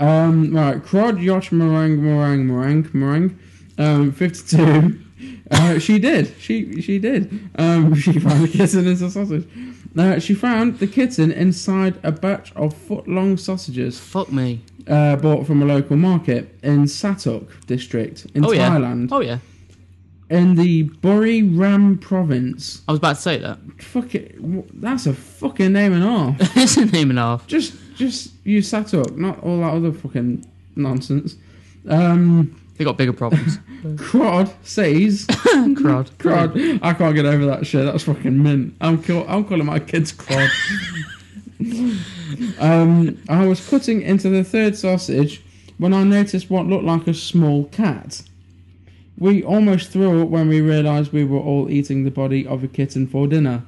[SPEAKER 2] Um, right, Crod Yacht Meringue Meringue Meringue Meringue, um, fifty-two. Uh, she did. She she did. Um, she found the kitten as a sausage. Uh, she found the kitten inside a batch of foot-long sausages
[SPEAKER 1] Fuck me.
[SPEAKER 2] uh, bought from a local market in Satok district in
[SPEAKER 1] oh yeah.
[SPEAKER 2] Thailand,
[SPEAKER 1] Oh yeah.
[SPEAKER 2] in the Buri Ram province.
[SPEAKER 1] I was about to say that.
[SPEAKER 2] Fuck it, wh- that's a fucking name and all.
[SPEAKER 1] it's a name and a half.
[SPEAKER 2] just, just use Satok, not all that other fucking nonsense. Um,
[SPEAKER 1] They got bigger problems.
[SPEAKER 2] Crod says,
[SPEAKER 1] Crod.
[SPEAKER 2] Crod, I can't get over that shit. That's fucking mint. I'm, call- I'm calling my kids Crod. um, I was cutting into the third sausage when I noticed what looked like a small cat. We almost threw up when we realised we were all eating the body of a kitten for dinner.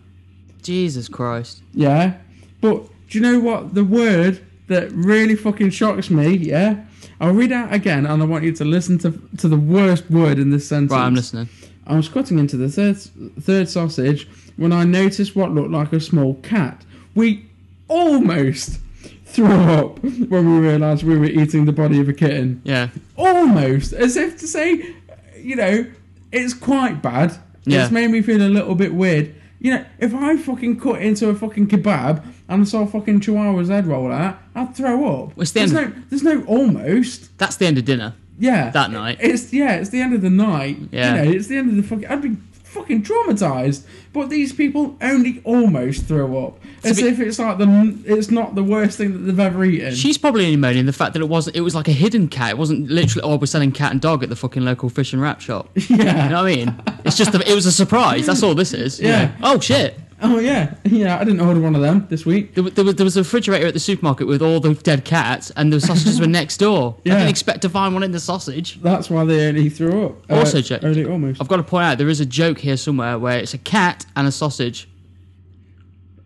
[SPEAKER 1] Jesus Christ.
[SPEAKER 2] Yeah. But do you know what the word that really fucking shocks me? Yeah. I'll read out again and I want you to listen to to the worst word in this sentence.
[SPEAKER 1] Right, I'm listening.
[SPEAKER 2] I was cutting into the third third sausage when I noticed what looked like a small cat. We almost threw up when we realised we were eating the body of a kitten.
[SPEAKER 1] Yeah.
[SPEAKER 2] Almost, as if to say, you know, it's quite bad.
[SPEAKER 1] Yeah.
[SPEAKER 2] It's made me feel a little bit weird. You know, if I fucking cut into a fucking kebab and I saw a fucking chihuahua's head roll out, I'd throw up.
[SPEAKER 1] It's the
[SPEAKER 2] there's
[SPEAKER 1] end
[SPEAKER 2] no, there's no almost.
[SPEAKER 1] That's the end of dinner.
[SPEAKER 2] Yeah.
[SPEAKER 1] That night.
[SPEAKER 2] It's yeah, it's the end of the night. You
[SPEAKER 1] Yeah.
[SPEAKER 2] know, it's the end of the fucking I'd be fucking traumatized. But these people only almost throw up. As
[SPEAKER 1] be-
[SPEAKER 2] if it's like the it's not the worst thing that they've ever eaten.
[SPEAKER 1] She's probably only moaning the fact that it wasn't. It was like a hidden cat. It wasn't literally. Oh, we're selling cat and dog at the fucking local fish and wrap shop.
[SPEAKER 2] Yeah.
[SPEAKER 1] You know what I mean? It's just. A, it was a surprise. That's all this is. you
[SPEAKER 2] Yeah.
[SPEAKER 1] know. Oh shit.
[SPEAKER 2] oh yeah. Yeah, I didn't order one of them this week.
[SPEAKER 1] There, wa- there was, there was a refrigerator at the supermarket with all the dead cats, and the sausages were next door. I
[SPEAKER 2] Yeah.
[SPEAKER 1] didn't expect to find one in the sausage.
[SPEAKER 2] That's why they only threw up.
[SPEAKER 1] Also
[SPEAKER 2] Uh,
[SPEAKER 1] checked.
[SPEAKER 2] Only almost.
[SPEAKER 1] I've got to point out there is a joke here somewhere where it's a cat and a sausage.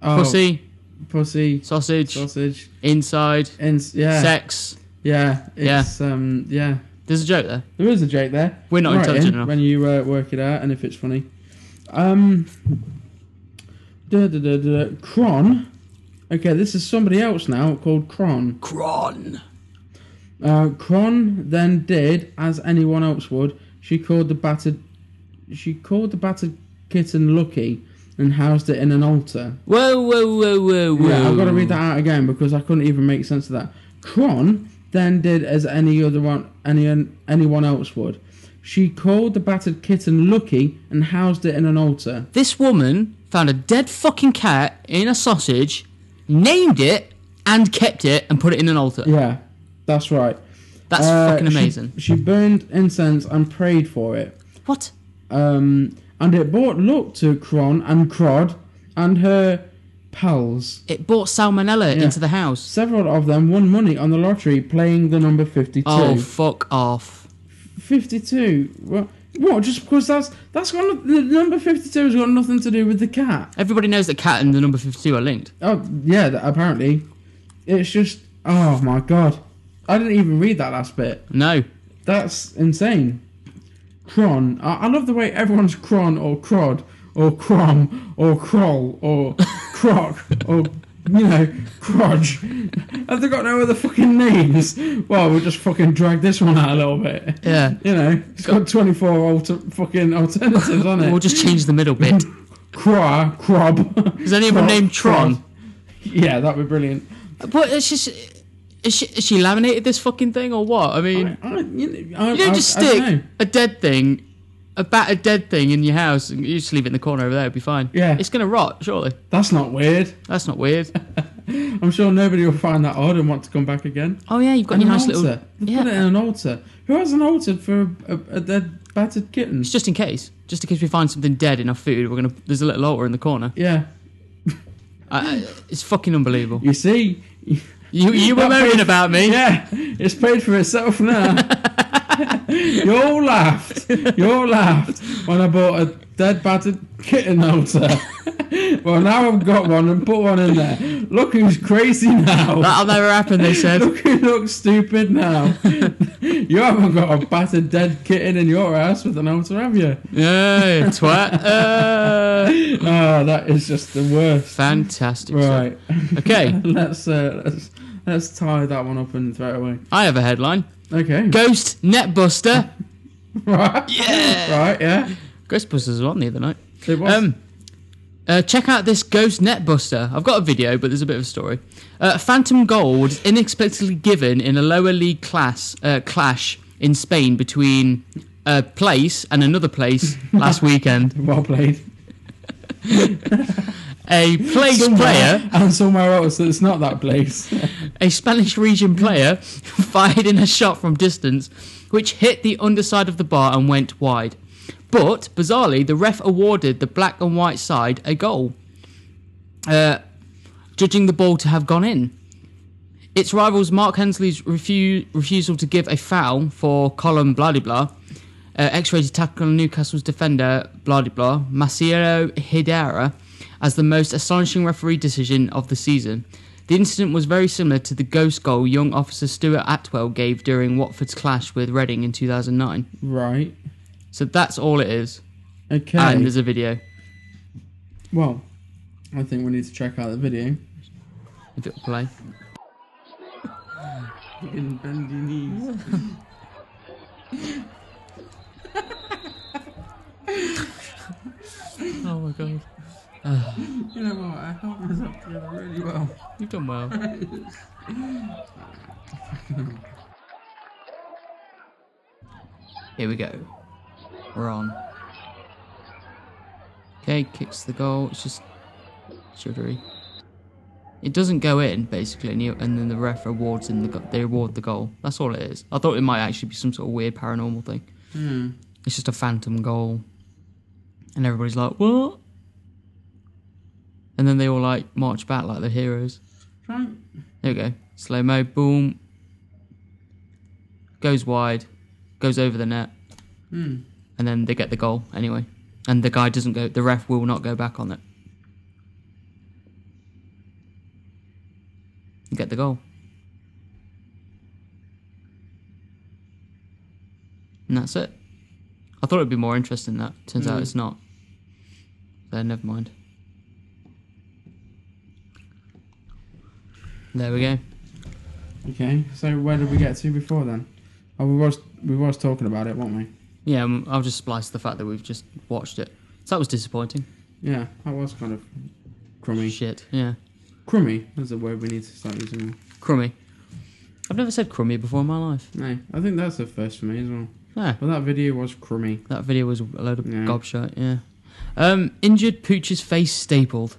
[SPEAKER 2] Oh,
[SPEAKER 1] Pussy,
[SPEAKER 2] Pussy.
[SPEAKER 1] sausage,
[SPEAKER 2] Sausage.
[SPEAKER 1] inside,
[SPEAKER 2] And yeah.
[SPEAKER 1] sex.
[SPEAKER 2] Yeah. It's um yeah.
[SPEAKER 1] There's a joke there.
[SPEAKER 2] There is a joke there.
[SPEAKER 1] We're not
[SPEAKER 2] Write
[SPEAKER 1] intelligent
[SPEAKER 2] in
[SPEAKER 1] enough.
[SPEAKER 2] When you uh, work it out and if it's funny. Um. Da, da, da, da, Cron. Okay, this is somebody else now called Cron.
[SPEAKER 1] Cron.
[SPEAKER 2] Uh, Cron then did as anyone else would. She called the battered. She called the battered kitten Lucky and housed it in an altar.
[SPEAKER 1] Whoa, whoa, whoa, whoa, whoa.
[SPEAKER 2] Yeah, I've got to
[SPEAKER 1] Um,
[SPEAKER 2] read that out again because I couldn't even make sense of that. Cron then did as any other one, any anyone else would. She called the battered kitten Lucky and housed it in an altar.
[SPEAKER 1] This woman found a dead fucking cat in a sausage, named it, and kept it and put it in an altar.
[SPEAKER 2] Yeah, that's right.
[SPEAKER 1] That's
[SPEAKER 2] Uh,
[SPEAKER 1] fucking
[SPEAKER 2] she-
[SPEAKER 1] amazing.
[SPEAKER 2] She, burned incense and prayed for it.
[SPEAKER 1] What?
[SPEAKER 2] Um, and it brought luck to Cron and Crod and her pals.
[SPEAKER 1] It brought salmonella into the house.
[SPEAKER 2] Several of them won money on the lottery playing the number 52.
[SPEAKER 1] Oh, fuck off.
[SPEAKER 2] 52. What? What? Just because that's that's got no- the number 52 has got nothing to do with the cat.
[SPEAKER 1] Everybody knows that cat and the number 52 are linked.
[SPEAKER 2] Oh yeah, that, apparently, it's just oh my god, I didn't even read that last bit.
[SPEAKER 1] No.
[SPEAKER 2] That's insane. Cron. I, I love the way everyone's cron or crod or crom or crawl or croc or you know crudge. Have they got no other fucking names? Well, we'll just fucking drag this one out a little bit.
[SPEAKER 1] Yeah.
[SPEAKER 2] You know, it's got 24 alter- fucking alternatives on it.
[SPEAKER 1] We'll just change the middle bit.
[SPEAKER 2] Cra, Crob.
[SPEAKER 1] Is anyone
[SPEAKER 2] Croc,
[SPEAKER 1] named Tron?
[SPEAKER 2] Crod. Yeah, that'd be brilliant.
[SPEAKER 1] But it's just. Is she, is she laminated this fucking thing or what? I mean,
[SPEAKER 2] I, I- you know, I-
[SPEAKER 1] you don't
[SPEAKER 2] I-
[SPEAKER 1] just
[SPEAKER 2] I don't
[SPEAKER 1] stick
[SPEAKER 2] know.
[SPEAKER 1] a dead thing, a battered dead thing in your house, and you just leave it in the corner over there. It'd be fine.
[SPEAKER 2] Yeah.
[SPEAKER 1] it's gonna rot surely.
[SPEAKER 2] That's not weird.
[SPEAKER 1] That's not weird.
[SPEAKER 2] I'm sure nobody will find that odd and want to come back again.
[SPEAKER 1] Oh yeah, you've got
[SPEAKER 2] An
[SPEAKER 1] your nice
[SPEAKER 2] altar.
[SPEAKER 1] little.
[SPEAKER 2] Put
[SPEAKER 1] yeah.
[SPEAKER 2] it in an altar. Who has an altar for a, a, a dead battered kitten?
[SPEAKER 1] It's just in case, just in case we find something dead in our food. We're gonna. There's a little altar in the corner.
[SPEAKER 2] Yeah.
[SPEAKER 1] I, I- it's fucking unbelievable.
[SPEAKER 2] You see?
[SPEAKER 1] You you were
[SPEAKER 2] That
[SPEAKER 1] moaning
[SPEAKER 2] page-
[SPEAKER 1] about me.
[SPEAKER 2] Yeah. It's paid for itself now. you all laughed. You all laughed when I bought a dead battered kitten altar. well, now I've got one and put one in there. Look who's crazy now.
[SPEAKER 1] That'll never happen. They said.
[SPEAKER 2] Look who looks stupid now. you haven't got a battered dead kitten in your house with an altar, have you?
[SPEAKER 1] yeah, twat. Uh,
[SPEAKER 2] Oh, that is just the worst.
[SPEAKER 1] fantastic. stuff.
[SPEAKER 2] Right.
[SPEAKER 1] Okay,
[SPEAKER 2] let's uh, let's let's tie that one up and throw it away.
[SPEAKER 1] I have a headline.
[SPEAKER 2] Okay.
[SPEAKER 1] Ghost Netbuster.
[SPEAKER 2] Right.
[SPEAKER 1] Yeah.
[SPEAKER 2] Right. Yeah.
[SPEAKER 1] Ghostbusters was on the other night.
[SPEAKER 2] It was.
[SPEAKER 1] Um, uh, check out this Ghost Netbuster. I've got a video, but there's a bit of a story. Uh, Phantom goal was inexplicably given in a lower league class uh, clash in Spain between a place and another place last weekend.
[SPEAKER 2] well played.
[SPEAKER 1] A place player,
[SPEAKER 2] and somewhere else that's not that place.
[SPEAKER 1] a Spanish region player, fired in a shot from distance, which hit the underside of the bar and went wide. But bizarrely, the ref awarded the black and white side a goal. uh, judging the ball to have gone in. Its rivals Mark Hensley's refu- refusal to give a foul for Colin Bladiblah, uh, X-rated tackle on Newcastle's defender Bladiblah, Masiro Hidera, as the most astonishing referee decision of the season. The incident was very similar to the ghost goal young officer Stuart Atwell gave during Watford's clash with Reading in 2009.
[SPEAKER 2] Right.
[SPEAKER 1] So that's all it is,
[SPEAKER 2] Okay.
[SPEAKER 1] and there's a video.
[SPEAKER 2] well, I think we need to check out the video.
[SPEAKER 1] If it'll play,
[SPEAKER 2] You can bend your knees.
[SPEAKER 1] oh my god,
[SPEAKER 2] You know what? I held myself together really well.
[SPEAKER 1] you've done well. Here we go. We're on. Okay, kicks the goal. It's just shivery. It doesn't go in basically, and, you, and then the ref awards in the go- they award the goal. That's all it is. I thought it might actually be some sort of weird paranormal thing. It's just a phantom goal, and everybody's like, "What?" And then they all like march back like they're heroes.
[SPEAKER 2] Try.
[SPEAKER 1] There we go. Slow mo, boom. Goes wide, goes over the net,
[SPEAKER 2] Hmm.
[SPEAKER 1] and then they get the goal anyway. And the guy doesn't go, the ref will not go back on it. You get the goal. And that's it. I thought it'd be more interesting than that. Turns out it's not. So never mind. There we go.
[SPEAKER 2] Okay. So where did we get to before then? Oh, we was we was talking about it, weren't we?
[SPEAKER 1] Yeah, um, I'll just splice the fact that we've just watched it. So that was disappointing.
[SPEAKER 2] Yeah, that was kind of crummy.
[SPEAKER 1] Shit. Yeah.
[SPEAKER 2] Crummy is the word we need to start using. More.
[SPEAKER 1] Crummy. I've never said crummy before in my life.
[SPEAKER 2] No, I think that's the first for me as well.
[SPEAKER 1] No.
[SPEAKER 2] But that video was crummy.
[SPEAKER 1] That video was a load of
[SPEAKER 2] Yeah.
[SPEAKER 1] gobshite, yeah. Um, injured pooch's face stapled.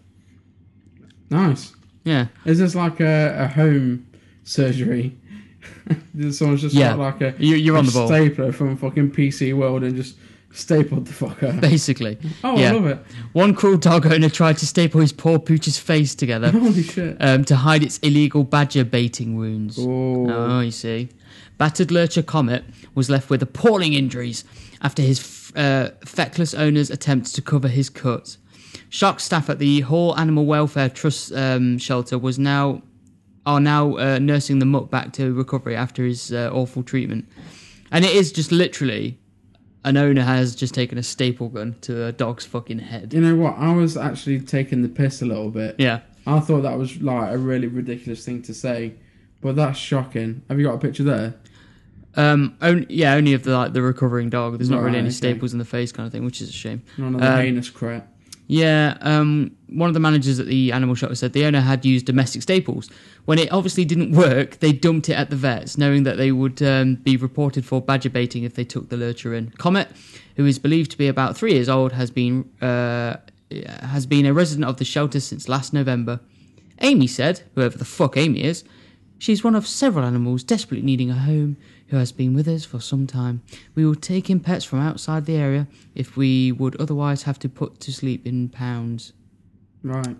[SPEAKER 2] Nice.
[SPEAKER 1] Yeah.
[SPEAKER 2] Is this like a, a home surgery? Did Someone's just
[SPEAKER 1] Yeah.
[SPEAKER 2] got like a,
[SPEAKER 1] You, you're on
[SPEAKER 2] a
[SPEAKER 1] the ball,
[SPEAKER 2] stapler from fucking PC World and just stapled the fucker.
[SPEAKER 1] basically.
[SPEAKER 2] Oh,
[SPEAKER 1] yeah.
[SPEAKER 2] I love it.
[SPEAKER 1] One cruel dog owner tried to staple his poor pooch's face together
[SPEAKER 2] Holy shit.
[SPEAKER 1] um, to hide its illegal badger baiting wounds.
[SPEAKER 2] Oh,
[SPEAKER 1] Oh, you see. Battered lurcher Comet was left with appalling injuries after his f- uh, feckless owner's attempts to cover his cuts. Shock staff at the Hall Animal Welfare Trust um, shelter was now are now uh, nursing the mutt back to recovery after his uh, awful treatment. And it is just literally an owner has just taken a staple gun to a dog's fucking head.
[SPEAKER 2] you know what? I was actually taking the piss a little bit.
[SPEAKER 1] Yeah.
[SPEAKER 2] I thought that was like a really ridiculous thing to say, but that's shocking. Have you got a picture there?
[SPEAKER 1] Um. On, yeah. Only of the like the recovering dog. There's not
[SPEAKER 2] Right,
[SPEAKER 1] really any
[SPEAKER 2] okay.
[SPEAKER 1] staples in the face kind of thing, which is a shame.
[SPEAKER 2] None of the
[SPEAKER 1] Um,
[SPEAKER 2] heinous crap.
[SPEAKER 1] Yeah, um, one of the managers at the animal shelter said the owner had used domestic staples. When it obviously didn't work, they dumped it at the vets, knowing that they would um, be reported for badger baiting if they took the lurcher in. Comet, who is believed to be about three years old, has been uh, has been a resident of the shelter since last November, Amy said, whoever the fuck Amy is, she's one of several animals desperately needing a home who has been with us for some time. We will take in pets from outside the area if we would otherwise have to put to sleep in pounds.
[SPEAKER 2] Right.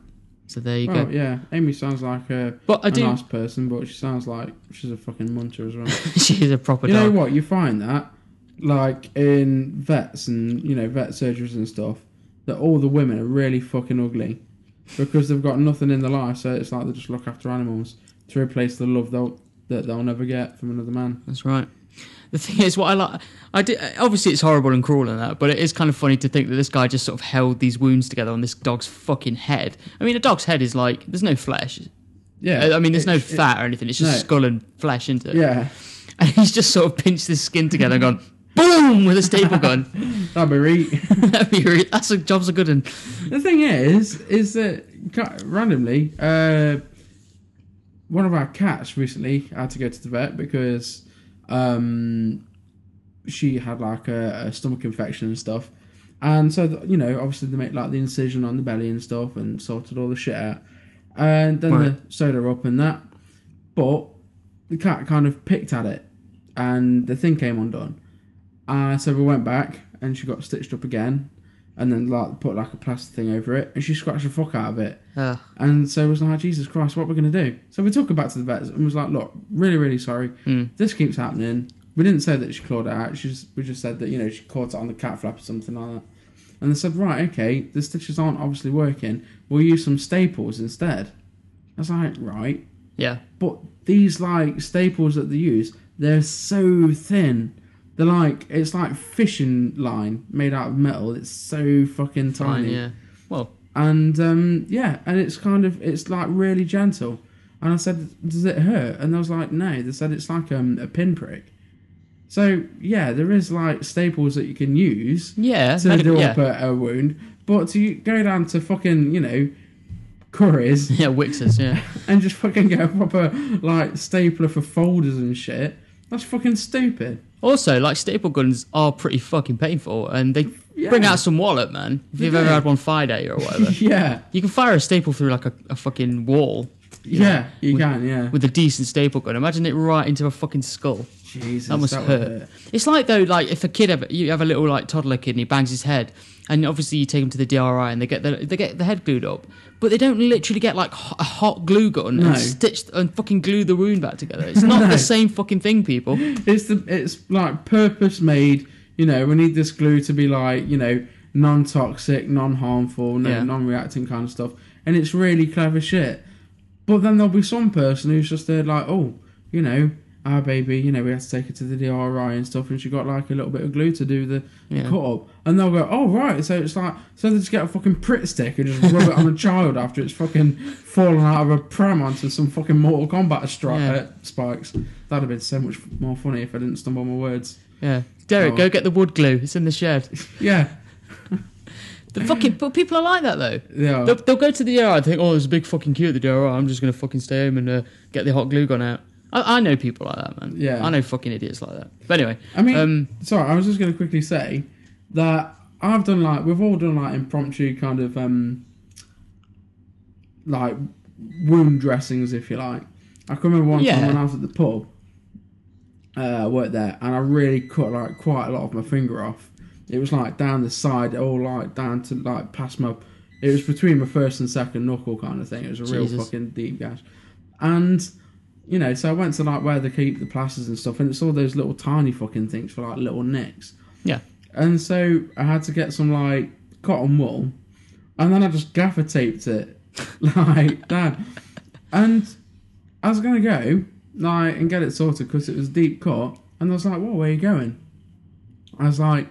[SPEAKER 1] So there you
[SPEAKER 2] Well,
[SPEAKER 1] go.
[SPEAKER 2] yeah. Amy sounds like a,
[SPEAKER 1] But I
[SPEAKER 2] a
[SPEAKER 1] do.
[SPEAKER 2] nice person, but she sounds like she's a fucking munter as well.
[SPEAKER 1] she's a proper
[SPEAKER 2] you know
[SPEAKER 1] dog.
[SPEAKER 2] what? You find that, like in vets and you know vet surgeries and stuff, that all the women are really fucking ugly because they've got nothing in their life. So it's like they just look after animals to replace the love they'll, that they'll never get from another man.
[SPEAKER 1] That's right. The thing is, what I like, I did. Obviously, it's horrible and cruel and that, but it is kind of funny to think that this guy just sort of held these wounds together on this dog's fucking head. I mean, a dog's head is like there's no flesh.
[SPEAKER 2] Yeah.
[SPEAKER 1] I mean, there's no
[SPEAKER 2] It- it-
[SPEAKER 1] fat or anything. It's just
[SPEAKER 2] no.
[SPEAKER 1] skull and flesh, isn't it?
[SPEAKER 2] yeah,
[SPEAKER 1] And he's just sort of pinched this skin together and gone boom with a staple gun.
[SPEAKER 2] that'd be right.
[SPEAKER 1] That'd be re- That's a job's a good one.
[SPEAKER 2] The thing is, is that ca- randomly, uh, one of our cats recently had to go to the vet because um, she had like a, a stomach infection and stuff. And so, th- you know, obviously they make like the incision on the belly and stuff and sorted all the shit out. And then
[SPEAKER 1] Right.
[SPEAKER 2] they sewed her up and that. But the cat kind of picked at it and the thing came undone. Uh, so we went back and she got stitched up again and then like put like a plastic thing over it and she scratched the fuck out of it.
[SPEAKER 1] Ugh.
[SPEAKER 2] And so it was like, Jesus Christ, what are we going to do? So we took her back to the vets and was like, look, really, really sorry. This keeps happening. We didn't say that she clawed it out. She just, we just said that, you know, she caught it on the cat flap or something like that. And they said, right, okay, the stitches aren't obviously working. We'll use some staples instead. I was like, right.
[SPEAKER 1] yeah,
[SPEAKER 2] But these like staples that they use, they're so thin. They're like it's like fishing line made out of metal. It's so fucking
[SPEAKER 1] fine.
[SPEAKER 2] tiny.
[SPEAKER 1] Yeah. Well,
[SPEAKER 2] And um, yeah, and it's kind of it's like really gentle. And I said, "Does it hurt?" And I was like, "No." They said it's like um, a pinprick. So yeah, there is like staples that you can use
[SPEAKER 1] yeah.
[SPEAKER 2] to
[SPEAKER 1] medical-
[SPEAKER 2] do
[SPEAKER 1] yeah.
[SPEAKER 2] up a, a wound, but to go down to fucking you know, curries
[SPEAKER 1] yeah, Wixers. Yeah.
[SPEAKER 2] and just fucking get a proper like stapler for folders and shit. That's fucking stupid.
[SPEAKER 1] Also, like staple guns are pretty fucking painful, and they
[SPEAKER 2] Yeah.
[SPEAKER 1] bring out some wallet, man. If you've ever
[SPEAKER 2] do.
[SPEAKER 1] had one fired at you or whatever,
[SPEAKER 2] yeah,
[SPEAKER 1] you can fire a staple through like a, a fucking wall
[SPEAKER 2] yeah, you
[SPEAKER 1] With-
[SPEAKER 2] can, yeah.
[SPEAKER 1] with a decent staple gun. Imagine it right into a fucking skull.
[SPEAKER 2] Jesus,
[SPEAKER 1] That must
[SPEAKER 2] would
[SPEAKER 1] hurt. It's like though, like if a kid ever you have a little like toddler kid and he bangs his head, and obviously you take him to the DRI and they get the they get the head glued up, but they don't literally get like ho- a hot glue gun
[SPEAKER 2] No.
[SPEAKER 1] and stitch and fucking glue the wound back together. It's not the same fucking thing, people.
[SPEAKER 2] It's the it's like purpose made. You know, we need this glue to be like you know non toxic, non harmful, no
[SPEAKER 1] Yeah.
[SPEAKER 2] non reacting kind of stuff, and it's really clever shit. But then there'll be some person who's just there like, oh, you know, our baby, you know, we had to take her to the DRI and stuff, and she got like a little bit of glue to do the
[SPEAKER 1] Yeah.
[SPEAKER 2] cut up, and they'll go, oh right, so it's like so they just get a fucking prick stick and just rub it on a child after it's fucking fallen out of a pram onto some fucking Mortal Kombat stri-
[SPEAKER 1] Yeah.
[SPEAKER 2] uh, spikes. That'd have been so much more funny if I didn't stumble on my words.
[SPEAKER 1] Yeah, Derek,
[SPEAKER 2] Oh.
[SPEAKER 1] go get the wood glue. It's in the shed.
[SPEAKER 2] Yeah,
[SPEAKER 1] The fucking but people are like that though.
[SPEAKER 2] yeah.
[SPEAKER 1] They'll, they'll go to the DRI and think, oh, there's a big fucking queue at the DRI. I'm just gonna fucking stay home and uh, get the hot glue gun out. I, I know people like that, man.
[SPEAKER 2] Yeah.
[SPEAKER 1] I know fucking idiots like that. But anyway,
[SPEAKER 2] I mean,
[SPEAKER 1] um,
[SPEAKER 2] sorry, I was just going to quickly say that I've done like we've all done like impromptu kind of um like wound dressings, if you like. I can remember one
[SPEAKER 1] Yeah.
[SPEAKER 2] time when I was at the pub, uh, I worked there, and I really cut like quite a lot of my finger off. It was like down the side, all like down to like past my. It was between my first and second knuckle kind of thing. It was a real
[SPEAKER 1] Jesus.
[SPEAKER 2] fucking deep gash, and you know, so I went to like where they keep the plasters and stuff, and it's all those little tiny fucking things for like little nicks.
[SPEAKER 1] yeah,
[SPEAKER 2] And so I had to get some like cotton wool, and then I just gaffer taped it like that. And I was gonna go like and get it sorted because it was a deep cut, and I was like, "Well, where are you going?" I was like,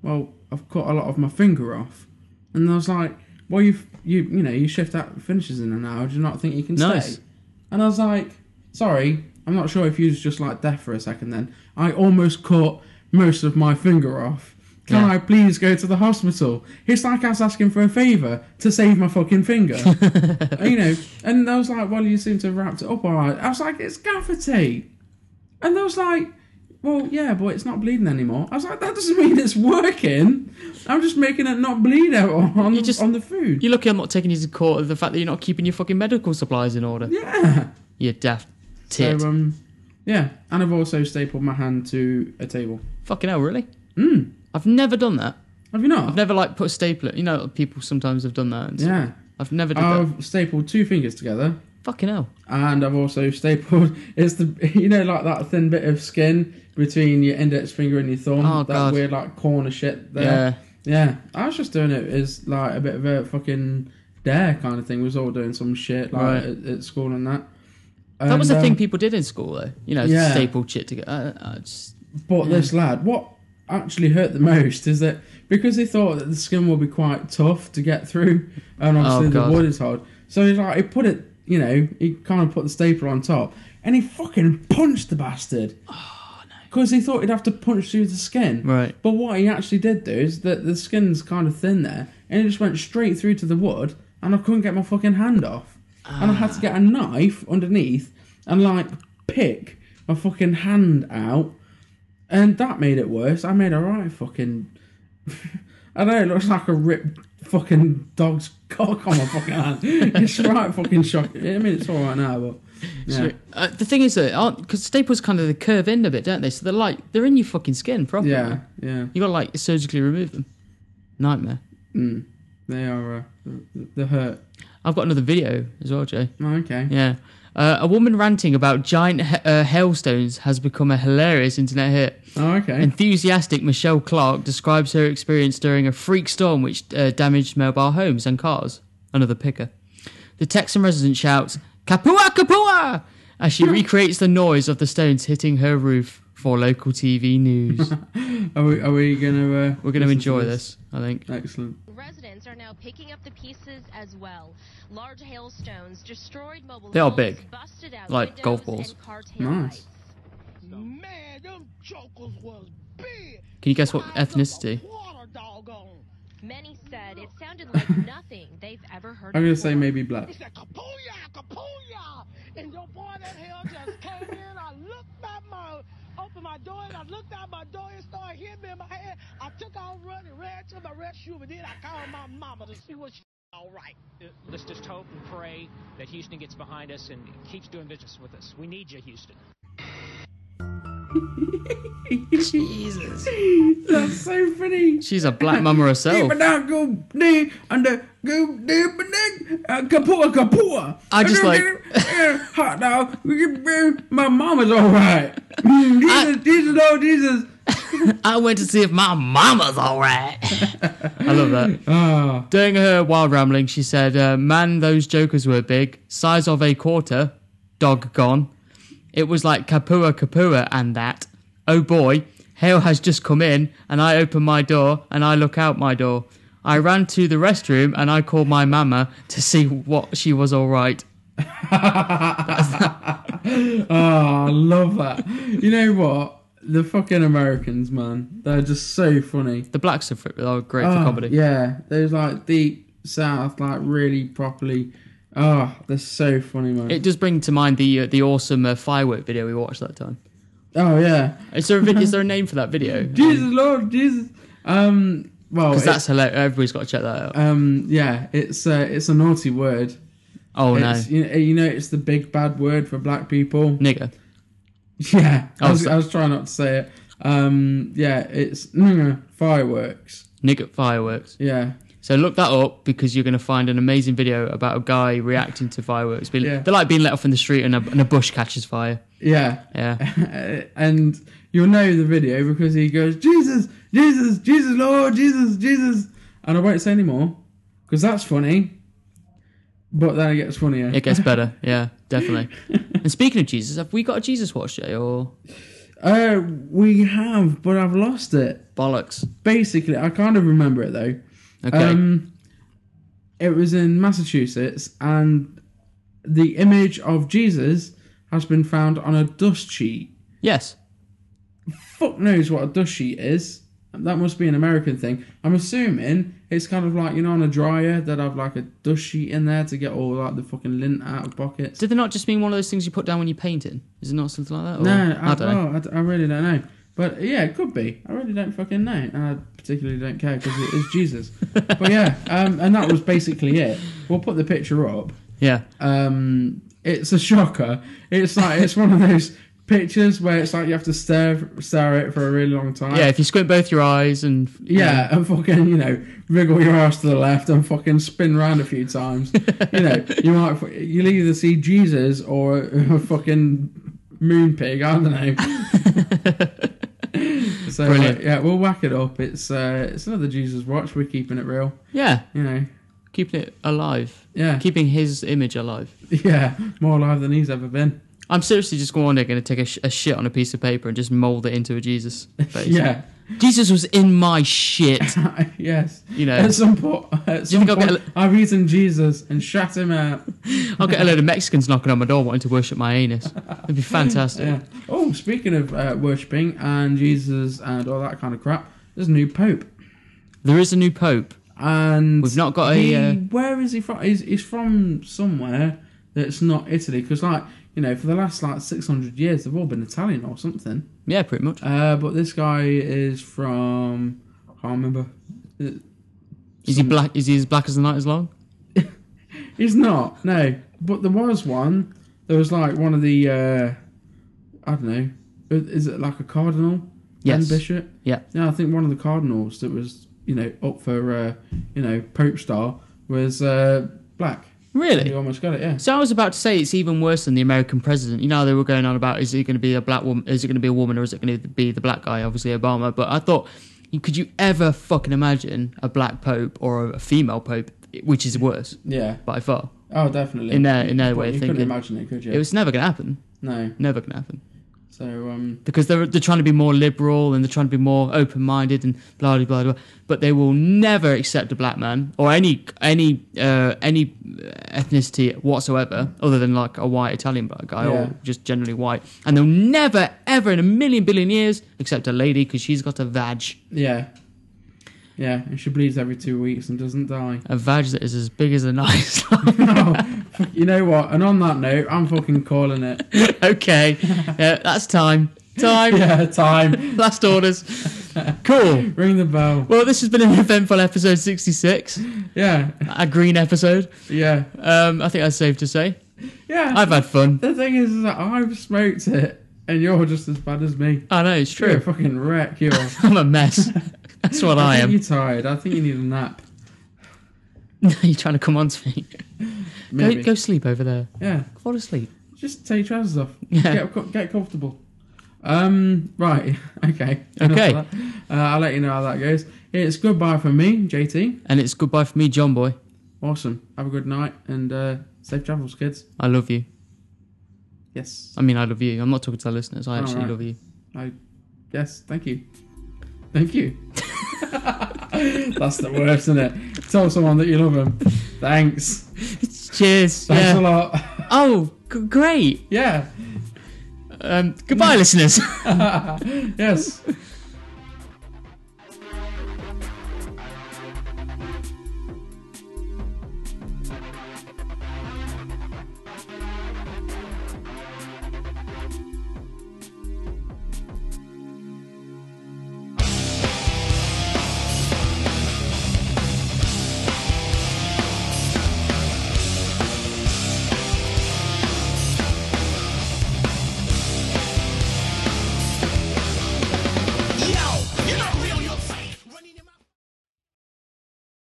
[SPEAKER 2] "Well, I've cut a lot of my finger off," and I was like, "Well, you you you know you shift out finishes in an hour. Do you not think you can
[SPEAKER 1] Nice.
[SPEAKER 2] stay?" And I was like, "Sorry, I'm not sure if you was just like deaf for a second. Then I almost cut most of my finger off." Can
[SPEAKER 1] Yeah.
[SPEAKER 2] I please go to the hospital? It's like I was asking for a favour to save my fucking finger. you know, and I was like, well, you seem to have wrapped it up all right. I was like, it's gaffer tape. And I was like, well, yeah, but it's not bleeding anymore. I was like, that doesn't mean it's working. I'm just making it not bleed out on,
[SPEAKER 1] You just-
[SPEAKER 2] on the food.
[SPEAKER 1] You're lucky I'm not taking you to court of the fact that you're not keeping your fucking medical supplies in order.
[SPEAKER 2] yeah.
[SPEAKER 1] You daft tit.
[SPEAKER 2] So, um, yeah, and I've also stapled my hand to a table.
[SPEAKER 1] fucking hell, really?
[SPEAKER 2] Mm.
[SPEAKER 1] I've never done that.
[SPEAKER 2] Have you not?
[SPEAKER 1] I've never like put a stapler. You know, people sometimes have done that. And stuff.
[SPEAKER 2] yeah. Oh.
[SPEAKER 1] I've never did that.
[SPEAKER 2] I've stapled two fingers together,
[SPEAKER 1] Fucking hell.
[SPEAKER 2] and I've also stapled. It's the you know like that thin bit of skin between your index finger and your thumb.
[SPEAKER 1] Oh,
[SPEAKER 2] that
[SPEAKER 1] God.
[SPEAKER 2] weird like corner shit there. Yeah. I was just doing it as like a bit of a fucking dare kind of thing. We was all doing some shit like
[SPEAKER 1] Right.
[SPEAKER 2] at, at school and that.
[SPEAKER 1] Yeah, that was
[SPEAKER 2] And,
[SPEAKER 1] the thing
[SPEAKER 2] um,
[SPEAKER 1] people did in school though. You know,
[SPEAKER 2] yeah.
[SPEAKER 1] staple shit together. I, I uh, just,
[SPEAKER 2] But this lad, what actually hurt the most is that because he thought that the skin would be quite tough to get through, and
[SPEAKER 1] Oh,
[SPEAKER 2] obviously
[SPEAKER 1] God.
[SPEAKER 2] the wood is hard, so he like he put it, you know, he kind of put the staple on top, and he fucking punched the bastard. Because he thought he'd have to punch through the skin.
[SPEAKER 1] Right.
[SPEAKER 2] But what he actually did do is that the skin's kind of thin there, and it just went straight through to the wood, and I couldn't get my fucking hand off. And I had to get a knife underneath and, like, pick my fucking hand out. And that made it worse. I made a right fucking. I know it looks like a ripped fucking dog's cock on my fucking hand. it's right fucking shocking. I mean, it's alright now, but. Yeah.
[SPEAKER 1] uh, the thing is though, because staples kind of they curve in a bit, don't they? So they're like they're in your fucking skin properly.
[SPEAKER 2] Yeah, yeah.
[SPEAKER 1] You got to like surgically remove them. Nightmare.
[SPEAKER 2] Mm. They are. Uh, the, the hurt.
[SPEAKER 1] I've got another video as well, Jay.
[SPEAKER 2] Oh, okay.
[SPEAKER 1] Yeah. Uh, a woman ranting about giant he- uh, hailstones has become a hilarious internet hit.
[SPEAKER 2] Oh, okay.
[SPEAKER 1] Enthusiastic Michelle Clark describes her experience during a freak storm which uh, damaged mobile homes and cars. Another picker. The Texan resident shouts, Kapua Kapua! as she recreates the noise of the stones hitting her roof for local TV news.
[SPEAKER 2] Are we, are we gonna? Uh,
[SPEAKER 1] We're going to
[SPEAKER 2] listen
[SPEAKER 1] enjoy this, I think.
[SPEAKER 2] Excellent.
[SPEAKER 4] Residents are now picking up the pieces as well. Large hailstones destroyed mobile
[SPEAKER 1] They are
[SPEAKER 4] homes,
[SPEAKER 1] big.
[SPEAKER 4] busted out
[SPEAKER 1] Like
[SPEAKER 4] windows
[SPEAKER 1] golf balls.
[SPEAKER 4] and car
[SPEAKER 2] Nice.
[SPEAKER 4] taillights.
[SPEAKER 5] Man, them jokers was big.
[SPEAKER 1] Can you guess what
[SPEAKER 5] Size of a
[SPEAKER 1] ethnicity?
[SPEAKER 5] quarter, doggone.
[SPEAKER 4] Many said it sounded like nothing they've ever heard.
[SPEAKER 2] I'm gonna say
[SPEAKER 4] before.
[SPEAKER 2] maybe black.
[SPEAKER 5] He said, Kapuya, Kapuya. And your boy that hell just came in. I looked at my, opened my door, and I looked out my door and started hitting me in my head. I took out running, ran to my restroom, and then I called my mama to see what she all right.
[SPEAKER 6] Let's just hope and pray that Houston gets behind us and keeps doing business with us. We need you, Houston.
[SPEAKER 2] That's so funny.
[SPEAKER 1] She's a black mama herself.
[SPEAKER 2] uh, Kapua kapua.
[SPEAKER 1] I just like-
[SPEAKER 2] hot dog. My mama's all right. Mm, Jesus, Jesus, oh Jesus.
[SPEAKER 1] I went to see if my mama's Uh. alright. I love that.
[SPEAKER 2] Ah,
[SPEAKER 1] During her wild rambling, she said, uh, Man, those jokers were big. Size of a quarter. Dog gone. It was like Kapua Kapua and that. Oh boy, hail has just come in, and I open my door and I look out my door. I ran to the restroom and I called my mama to see what she was alright.
[SPEAKER 2] ah, I love that. You know what? The fucking Americans, man. They're just so funny.
[SPEAKER 1] The blacks are, fr- are great
[SPEAKER 2] Oh,
[SPEAKER 1] for comedy.
[SPEAKER 2] Yeah, those like deep south, like really properly. Oh, they're so funny, man.
[SPEAKER 1] It does bring to mind the uh, the awesome uh, firework video we watched that time.
[SPEAKER 2] oh yeah,
[SPEAKER 1] Is there a vid- is there a name for that video?
[SPEAKER 2] Jesus Lord, Jesus. Um, well,
[SPEAKER 1] Because
[SPEAKER 2] it-
[SPEAKER 1] that's hilarious. Everybody's got to check that out.
[SPEAKER 2] um, yeah, it's uh, it's a naughty word.
[SPEAKER 1] Oh no,
[SPEAKER 2] it's, you, eh, you know, it's the big bad word for black people.
[SPEAKER 1] nigger.
[SPEAKER 2] Yeah, I
[SPEAKER 1] Oh,
[SPEAKER 2] was,
[SPEAKER 1] so-
[SPEAKER 2] I was trying not to say it. Um, yeah, it's mm, fireworks.
[SPEAKER 1] Nigger fireworks.
[SPEAKER 2] Yeah,
[SPEAKER 1] So look that up because you're going to find an amazing video about a guy reacting to fireworks. Being,
[SPEAKER 2] Yeah.
[SPEAKER 1] They're like being let off in the street and a, and a bush catches fire.
[SPEAKER 2] yeah.
[SPEAKER 1] Yeah.
[SPEAKER 2] and you'll know the video because he goes, Jesus, Jesus, Jesus, Lord, Jesus, Jesus. And I won't say any more because that's funny. But then it gets funnier.
[SPEAKER 1] It gets better. Yeah, definitely. and speaking of Jesus, have we got a Jesus watch day or
[SPEAKER 2] Uh, we have, but I've lost it.
[SPEAKER 1] bollocks?
[SPEAKER 2] Basically, I kind of remember it though.
[SPEAKER 1] Okay.
[SPEAKER 2] Um, it was in Massachusetts, and the image of Jesus has been found on a dust sheet.
[SPEAKER 1] yes.
[SPEAKER 2] fuck knows what a dust sheet is. That must be an American thing. I'm assuming it's kind of like you know on a dryer that have like a dust sheet in there to get all like the fucking lint out of pockets.
[SPEAKER 1] Did they not just mean one of those things you put down when you're painting? Is it not something like that? Or,
[SPEAKER 2] No, I,
[SPEAKER 1] I don't know.
[SPEAKER 2] well, I d- I really don't know. But yeah, it could be. I really don't fucking know. And I particularly don't care because it is Jesus. but yeah, um, and that was basically it. We'll put the picture up.
[SPEAKER 1] Yeah.
[SPEAKER 2] Um, it's a shocker. It's like it's one of those pictures where it's like you have to stare stare at it for a really long time.
[SPEAKER 1] Yeah, if you squint both your eyes and
[SPEAKER 2] Yeah, and fucking, you know, wriggle your ass to the left and fucking spin round a few times. you know, you might, fu- you'll either see Jesus or a, fucking moon pig, I don't know. so,
[SPEAKER 1] Brilliant.
[SPEAKER 2] uh, yeah, we'll whack it up. It's uh, it's another Jesus watch. We're keeping it real,
[SPEAKER 1] yeah,
[SPEAKER 2] you know.
[SPEAKER 1] keeping it alive,
[SPEAKER 2] Yeah.
[SPEAKER 1] keeping his image alive.
[SPEAKER 2] yeah, more alive than he's ever been.
[SPEAKER 1] I'm seriously just one day going to take a, sh- a shit on a piece of paper and just mold it into a Jesus face.
[SPEAKER 2] Yeah.
[SPEAKER 1] Jesus was in my shit.
[SPEAKER 2] yes.
[SPEAKER 1] You know.
[SPEAKER 2] at some point, at some
[SPEAKER 1] think I'll
[SPEAKER 2] point
[SPEAKER 1] get
[SPEAKER 2] I've eaten Jesus and shat him out.
[SPEAKER 1] I'll get a load of Mexicans knocking on my door wanting to worship my anus. It'd be fantastic.
[SPEAKER 2] Yeah. Oh, speaking of uh, worshipping and Jesus and all that kind of crap, there's a new pope.
[SPEAKER 1] There is a new pope.
[SPEAKER 2] And
[SPEAKER 1] We've not got a,
[SPEAKER 2] he-
[SPEAKER 1] uh,
[SPEAKER 2] Where is he from? He's, he's from somewhere that's not Italy, because like you know, for the last like 600 years, they've all been Italian or something.
[SPEAKER 1] Yeah, pretty much.
[SPEAKER 2] Uh, but this guy is from I can't remember. Uh,
[SPEAKER 1] Is he black? Is he as black as the night is long?
[SPEAKER 2] He's not. No, but there was one. There was like one of the uh, I don't know. Is it like a cardinal?
[SPEAKER 1] Yes.
[SPEAKER 2] Then bishop.
[SPEAKER 1] Yeah.
[SPEAKER 2] Yeah, I think one of the cardinals that was, you know, up for, uh, you know, Pope Star was uh, black.
[SPEAKER 1] Really?
[SPEAKER 2] You almost got it, yeah.
[SPEAKER 1] So I was about to say it's even worse than the American president. You know, how they were going on about is it going to be a black woman? Is it going to be a woman or is it going to be the black guy? Obviously Obama. But I thought, you- could you ever fucking imagine a black pope or a female pope, which is worse
[SPEAKER 2] Yeah.
[SPEAKER 1] by far?
[SPEAKER 2] Oh, definitely.
[SPEAKER 1] In their- in their
[SPEAKER 2] But
[SPEAKER 1] way of
[SPEAKER 2] you
[SPEAKER 1] thinking.
[SPEAKER 2] couldn't imagine it, could you?
[SPEAKER 1] It was never going to happen.
[SPEAKER 2] no.
[SPEAKER 1] Never going to happen.
[SPEAKER 2] So, um,
[SPEAKER 1] Because they're they're trying to be more liberal and they're trying to be more open minded and blah blah blah blah. But they will never accept a black man or any any uh, any ethnicity whatsoever, other than like a white Italian black guy
[SPEAKER 2] Yeah.
[SPEAKER 1] or just generally white. And they'll never ever in a million billion years accept a lady because she's got a vag,
[SPEAKER 2] yeah. Yeah, and she bleeds every two weeks and doesn't die.
[SPEAKER 1] a vag that is as big as a knife.
[SPEAKER 2] you know what? And on that note, I'm fucking calling it.
[SPEAKER 1] okay, yeah, that's time. Time.
[SPEAKER 2] yeah, time.
[SPEAKER 1] Last orders. Cool.
[SPEAKER 2] Ring the bell.
[SPEAKER 1] Well, this has been an eventful episode 66,
[SPEAKER 2] Yeah,
[SPEAKER 1] a green episode.
[SPEAKER 2] yeah.
[SPEAKER 1] Um, I think that's safe to say.
[SPEAKER 2] Yeah.
[SPEAKER 1] I've had fun.
[SPEAKER 2] the thing is, is that I've smoked it, and you're just as bad as me.
[SPEAKER 1] I know, it's
[SPEAKER 2] You're a
[SPEAKER 1] true.
[SPEAKER 2] fucking wreck, you are.
[SPEAKER 1] I'm a mess. That's what I
[SPEAKER 2] think
[SPEAKER 1] am.
[SPEAKER 2] You're tired. I think you need a nap.
[SPEAKER 1] You're trying to come on to me. Go,
[SPEAKER 2] Maybe.
[SPEAKER 1] go sleep over there.
[SPEAKER 2] Yeah.
[SPEAKER 1] Fall asleep.
[SPEAKER 2] Just take your trousers off.
[SPEAKER 1] Yeah.
[SPEAKER 2] Get, co- get comfortable. Um. Right. Okay. Enough
[SPEAKER 1] Okay.
[SPEAKER 2] of that. Uh, I'll let you know how that goes. It's goodbye from me, JT.
[SPEAKER 1] And it's goodbye for me, John Boy.
[SPEAKER 2] Awesome. Have a good night and uh, safe travels, kids.
[SPEAKER 1] I love you.
[SPEAKER 2] Yes.
[SPEAKER 1] I mean, I love you. I'm not talking to our listeners. I actually
[SPEAKER 2] right.
[SPEAKER 1] love you.
[SPEAKER 2] I. Yes. Thank you. Thank you. That's the worst, isn't it? Tell someone that you love them. Thanks.
[SPEAKER 1] Cheers.
[SPEAKER 2] Thanks a
[SPEAKER 1] yeah.
[SPEAKER 2] lot.
[SPEAKER 1] Oh, g- great.
[SPEAKER 2] yeah.
[SPEAKER 1] Mm. Um, goodbye, listeners.
[SPEAKER 2] Yes.